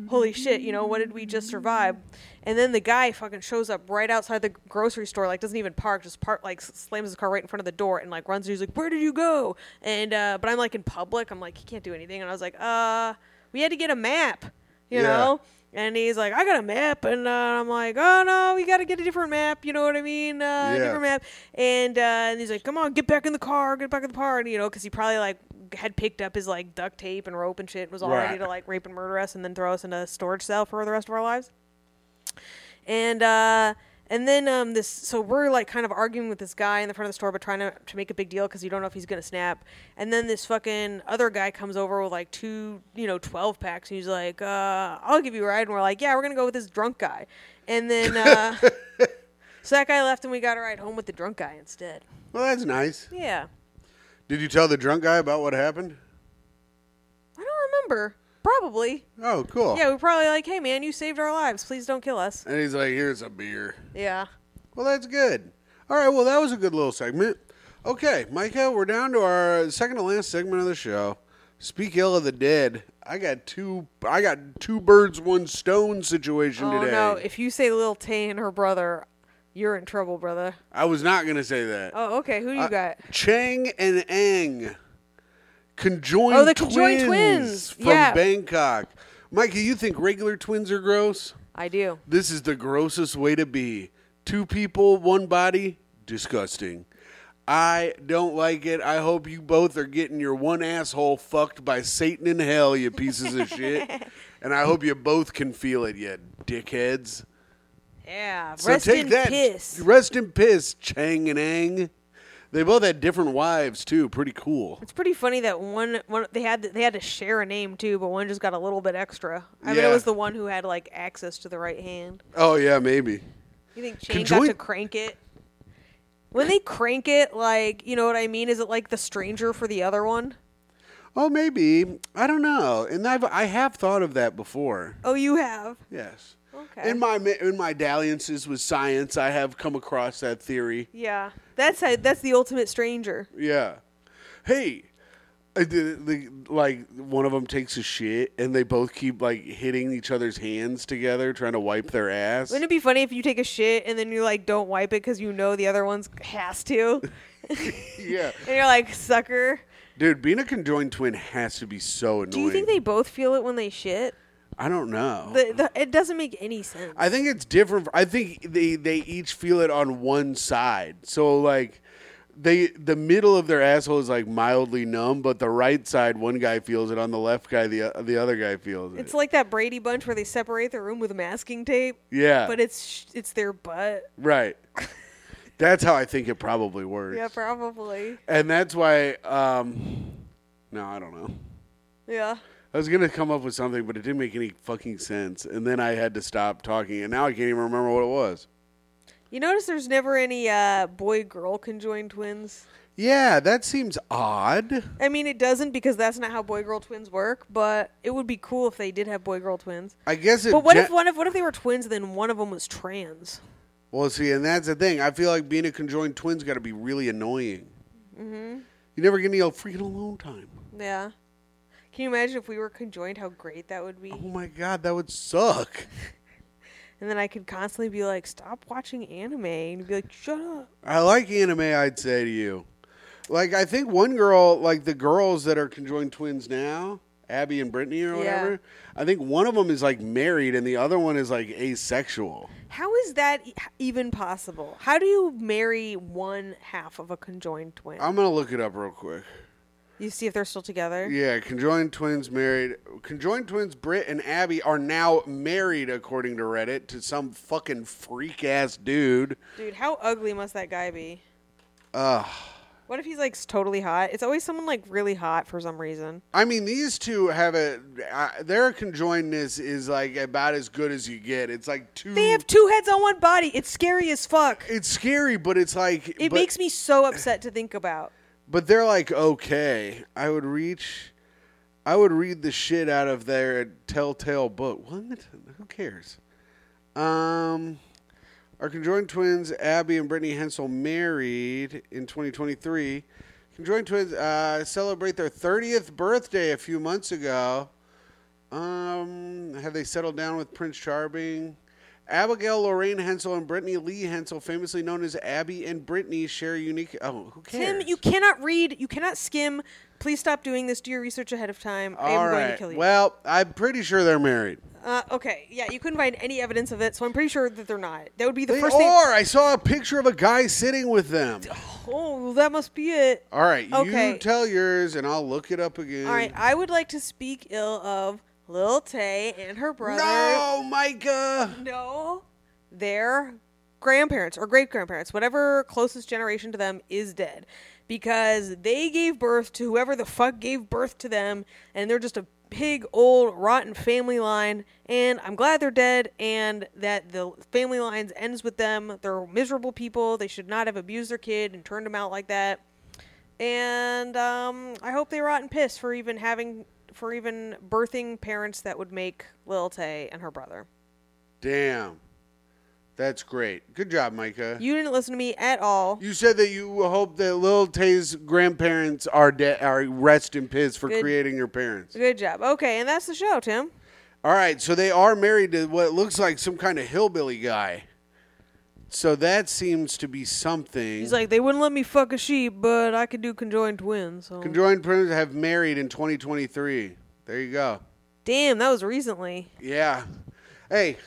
[SPEAKER 2] holy shit, you know, what did we just survive? And then the guy fucking shows up right outside the grocery store, like doesn't even park, just park like s- slams his car right in front of the door and like runs. And he's like, "Where did you go?" And uh, but I'm like in public, I'm like he can't do anything, and I was like, "Uh, we had to get a map, you
[SPEAKER 1] Yeah.
[SPEAKER 2] know." And he's like, "I got a map," and uh, I'm like, "Oh no, we got to get a different map." You know what I mean? Uh,
[SPEAKER 1] Yeah.
[SPEAKER 2] Different map. And uh, and he's like, "Come on, get back in the car, get back in the car," and you know, because he probably like had picked up his like duct tape and rope and shit, and was all
[SPEAKER 1] Right.
[SPEAKER 2] ready to like rape and murder us and then throw us in a storage cell for the rest of our lives. and uh, and then um, this so we're like kind of arguing with this guy in the front of the store, but trying to, to make a big deal because you don't know if he's gonna snap. And then this fucking other guy comes over with like two you know twelve packs, and he's like, uh, "I'll give you a ride," and we're like, "Yeah, we're gonna go with this drunk guy." And then uh, so that guy left, and we got a ride home with the drunk guy instead.
[SPEAKER 1] Well, that's nice.
[SPEAKER 2] Yeah,
[SPEAKER 1] Did you tell the drunk guy about what happened?
[SPEAKER 2] I don't remember. Probably.
[SPEAKER 1] Oh, cool.
[SPEAKER 2] Yeah, we're probably like, "Hey, man, you saved our lives. Please don't kill us."
[SPEAKER 1] And he's like, here's a beer.
[SPEAKER 2] Yeah.
[SPEAKER 1] Well, that's good. All right. Well, that was a good little segment. Okay, Micah, we're down to our second to last segment of the show. Speak ill of the dead. I got two. I got two birds, one stone situation
[SPEAKER 2] Oh
[SPEAKER 1] today.
[SPEAKER 2] no! If you say Lil Tay and her brother, you're in trouble, brother.
[SPEAKER 1] I was not gonna say that.
[SPEAKER 2] Oh, okay. Who do you got?
[SPEAKER 1] Chang and Ang, conjoined
[SPEAKER 2] Oh, the
[SPEAKER 1] twins,
[SPEAKER 2] conjoined twins.
[SPEAKER 1] from
[SPEAKER 2] Yeah.
[SPEAKER 1] Bangkok. Micah, you think regular twins are gross?
[SPEAKER 2] I do.
[SPEAKER 1] This is the grossest way to be. Two people, one body, disgusting. I don't like it. I hope you both are getting your one asshole fucked by Satan in hell, you pieces of shit. And I hope you both can feel it, you dickheads.
[SPEAKER 2] Yeah.
[SPEAKER 1] So
[SPEAKER 2] rest
[SPEAKER 1] take
[SPEAKER 2] in
[SPEAKER 1] that.
[SPEAKER 2] piss.
[SPEAKER 1] Rest in piss, Chang and Ang. They both had different wives too. Pretty cool.
[SPEAKER 2] It's pretty funny that one, one they had they had to share a name too, but one just got a little bit extra. I mean,
[SPEAKER 1] Yeah.
[SPEAKER 2] it was the one who had like access to the right hand.
[SPEAKER 1] Oh yeah, maybe.
[SPEAKER 2] You think Shane got
[SPEAKER 1] Conjoined-
[SPEAKER 2] to crank it? When they crank it, like you know what I mean? Is it like the stranger for the other one?
[SPEAKER 1] Oh maybe. I don't know. And I've I have thought of that before.
[SPEAKER 2] Oh, you have.
[SPEAKER 1] Yes.
[SPEAKER 2] Okay.
[SPEAKER 1] In my mi- in my dalliances with science, I have come across that theory.
[SPEAKER 2] Yeah. That's how, that's the ultimate stranger.
[SPEAKER 1] Yeah. Hey, I did- the- like one of them takes a shit, and they both keep like hitting each other's hands together, trying to wipe their ass.
[SPEAKER 2] Wouldn't it be funny if you take a shit and then you like don't wipe it because you know the other one's has to,
[SPEAKER 1] yeah,
[SPEAKER 2] and you're like sucker.
[SPEAKER 1] dude, being a conjoined twin has to be so annoying.
[SPEAKER 2] Do you think they both feel it when they shit?
[SPEAKER 1] I don't know.
[SPEAKER 2] The, the, it doesn't make any sense.
[SPEAKER 1] I think it's different. I think they they each feel it on one side. So like they the middle of their asshole is like mildly numb, but the right side one guy feels it, on the left guy the the other guy feels it.
[SPEAKER 2] it's like that Brady Bunch where they separate the room with masking tape.
[SPEAKER 1] yeah,
[SPEAKER 2] But it's sh- it's their butt.
[SPEAKER 1] right. that's how I think it probably works.
[SPEAKER 2] Yeah, probably.
[SPEAKER 1] and that's why. Um, no, I don't know.
[SPEAKER 2] Yeah.
[SPEAKER 1] I was gonna come up with something, but it didn't make any fucking sense, and then I had to stop talking, and now I can't even remember what it was.
[SPEAKER 2] You notice there's never any uh, boy girl conjoined twins.
[SPEAKER 1] Yeah, that seems odd.
[SPEAKER 2] I mean, it doesn't because that's not how boy girl twins work. But it would be cool if they did have boy girl twins.
[SPEAKER 1] I guess it.
[SPEAKER 2] But what
[SPEAKER 1] gen-
[SPEAKER 2] if one if what if they were twins and then one of them was trans?
[SPEAKER 1] Well, see, and that's the thing. I feel like being a conjoined twin's got to be really annoying. You never get any freaking alone time.
[SPEAKER 2] Yeah. Can you imagine if we were conjoined? How great that would be.
[SPEAKER 1] Oh my god, that would suck.
[SPEAKER 2] And then I could constantly be like, "Stop watching anime," and you'd be like, "Shut up."
[SPEAKER 1] I like anime. I'd say to you, like I think one girl, like the girls that are conjoined twins now, Abby and Brittany or
[SPEAKER 2] Yeah.
[SPEAKER 1] whatever. I think one of them is like married, and the other one is like asexual.
[SPEAKER 2] How is that e- even possible? How do you marry one half of a conjoined twin?
[SPEAKER 1] I'm gonna look it up real quick.
[SPEAKER 2] you see if they're still together?
[SPEAKER 1] Yeah, conjoined twins married. Conjoined twins Britt and Abby are now married, according to Reddit, to some fucking freak ass dude.
[SPEAKER 2] Dude, how ugly must that guy be?
[SPEAKER 1] Ugh.
[SPEAKER 2] What if he's like s- totally hot? It's always someone like really hot for some reason.
[SPEAKER 1] I mean, these two have a uh, their conjoinedness is like about as good as you get. It's like two.
[SPEAKER 2] They have two heads on one body. It's scary as fuck.
[SPEAKER 1] it's scary, but it's like
[SPEAKER 2] It
[SPEAKER 1] but,
[SPEAKER 2] makes me so upset to think about.
[SPEAKER 1] But they're like okay. I would reach. I would read the shit out of their telltale book. What? Who cares? Um, our conjoined twins, Abby and Brittany Hensel, married in 2023. Conjoined twins uh, celebrate their 30th birthday a few months ago. Um, have they settled down with Prince Charming? Abigail Lorraine Hensel and Brittany Lee Hensel, famously known as Abby and Brittany, share unique. Oh, who cares?
[SPEAKER 2] Tim, you cannot read. You cannot skim. Please stop doing this. Do your research ahead of time. I
[SPEAKER 1] All
[SPEAKER 2] am going
[SPEAKER 1] right.
[SPEAKER 2] to kill you.
[SPEAKER 1] Well, I'm pretty sure they're married.
[SPEAKER 2] uh, okay. Yeah, you couldn't find any evidence of it, so I'm pretty sure that they're not. That would be the
[SPEAKER 1] They
[SPEAKER 2] first thing.
[SPEAKER 1] are. I saw a picture of a guy sitting with them.
[SPEAKER 2] Oh, well, that must be it.
[SPEAKER 1] All right, you
[SPEAKER 2] Okay.
[SPEAKER 1] tell yours, and I'll look it up again.
[SPEAKER 2] All right. I would like to speak ill of Lil Tay and her brother.
[SPEAKER 1] No, Micah.
[SPEAKER 2] No. their grandparents or great grandparents, whatever closest generation to them, is dead because they gave birth to whoever the fuck gave birth to them, and they're just a big old rotten family line. And I'm glad they're dead, and that the family lines ends with them. They're miserable people. They should not have abused their kid and turned him out like that. And um, I hope they rot in piss for even having for even birthing parents that would make Lil Tay and her brother.
[SPEAKER 1] Damn. That's great. Good job, Micah. You,
[SPEAKER 2] You didn't listen to me at all.
[SPEAKER 1] said that you hope that Lil Tay's grandparents are de- are rest in piss for
[SPEAKER 2] Good.
[SPEAKER 1] creating your parents.
[SPEAKER 2] Good job. Okay, and that's the show, Tim.
[SPEAKER 1] All right, so they are married to what looks like some kind of hillbilly guy. So that seems to be something.
[SPEAKER 2] He's like, they wouldn't let me fuck a sheep, but I could do conjoined twins. So.
[SPEAKER 1] Conjoined parents have married in 2023. There you go.
[SPEAKER 2] Damn, that was recently.
[SPEAKER 1] Yeah. Hey,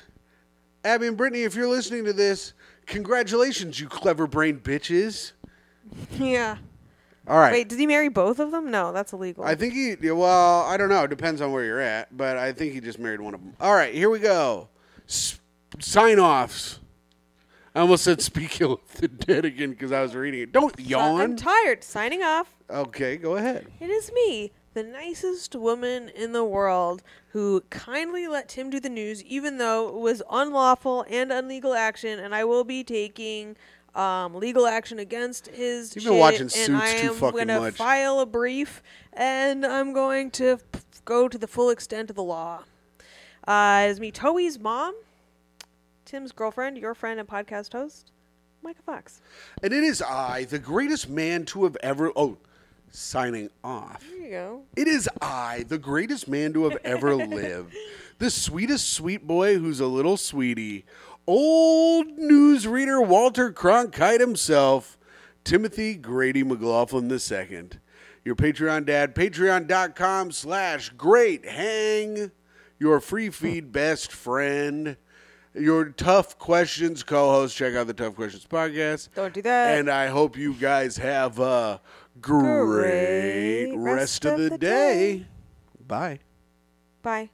[SPEAKER 1] Abby and Brittany, if you're listening to this, congratulations, you clever brain bitches.
[SPEAKER 2] yeah.
[SPEAKER 1] All right.
[SPEAKER 2] Wait, did he marry both of them? No, that's illegal.
[SPEAKER 1] I think he. yeah, Well, I don't know. It depends on where you're at, but I think he just married one of them. All right, here we go. S- sign offs. I almost said speak ill of the dead again because I was reading it. Don't
[SPEAKER 2] I'm
[SPEAKER 1] yawn.
[SPEAKER 2] tired. Signing off.
[SPEAKER 1] okay, go ahead.
[SPEAKER 2] It is me, the nicest woman in the world, who kindly let Tim do the news, even though it was unlawful and illegal action, and I will be taking um, legal action against his.
[SPEAKER 1] You've been
[SPEAKER 2] shit,
[SPEAKER 1] watching
[SPEAKER 2] and
[SPEAKER 1] Suits
[SPEAKER 2] I
[SPEAKER 1] too
[SPEAKER 2] am
[SPEAKER 1] fucking
[SPEAKER 2] gonna
[SPEAKER 1] much.
[SPEAKER 2] file a brief, and I'm going to p- go to the full extent of the law. Uh, it is me, Toey's mom, Tim's girlfriend, your friend and podcast host, Micah Fox.
[SPEAKER 1] And it is I, the greatest man to have ever. Oh, signing off.
[SPEAKER 2] There you go.
[SPEAKER 1] It is I, the greatest man to have ever lived, the sweetest sweet boy who's a little sweetie, old newsreader Walter Cronkite himself, Timothy Grady McLaughlin II. Your Patreon dad, patreon.com slash great hang, your free feed best friend, your tough questions co host. Check out the Tough Questions podcast.
[SPEAKER 2] Don't do that.
[SPEAKER 1] And I hope you guys have a great,
[SPEAKER 2] Great
[SPEAKER 1] rest, of the, day. Bye.
[SPEAKER 2] Bye.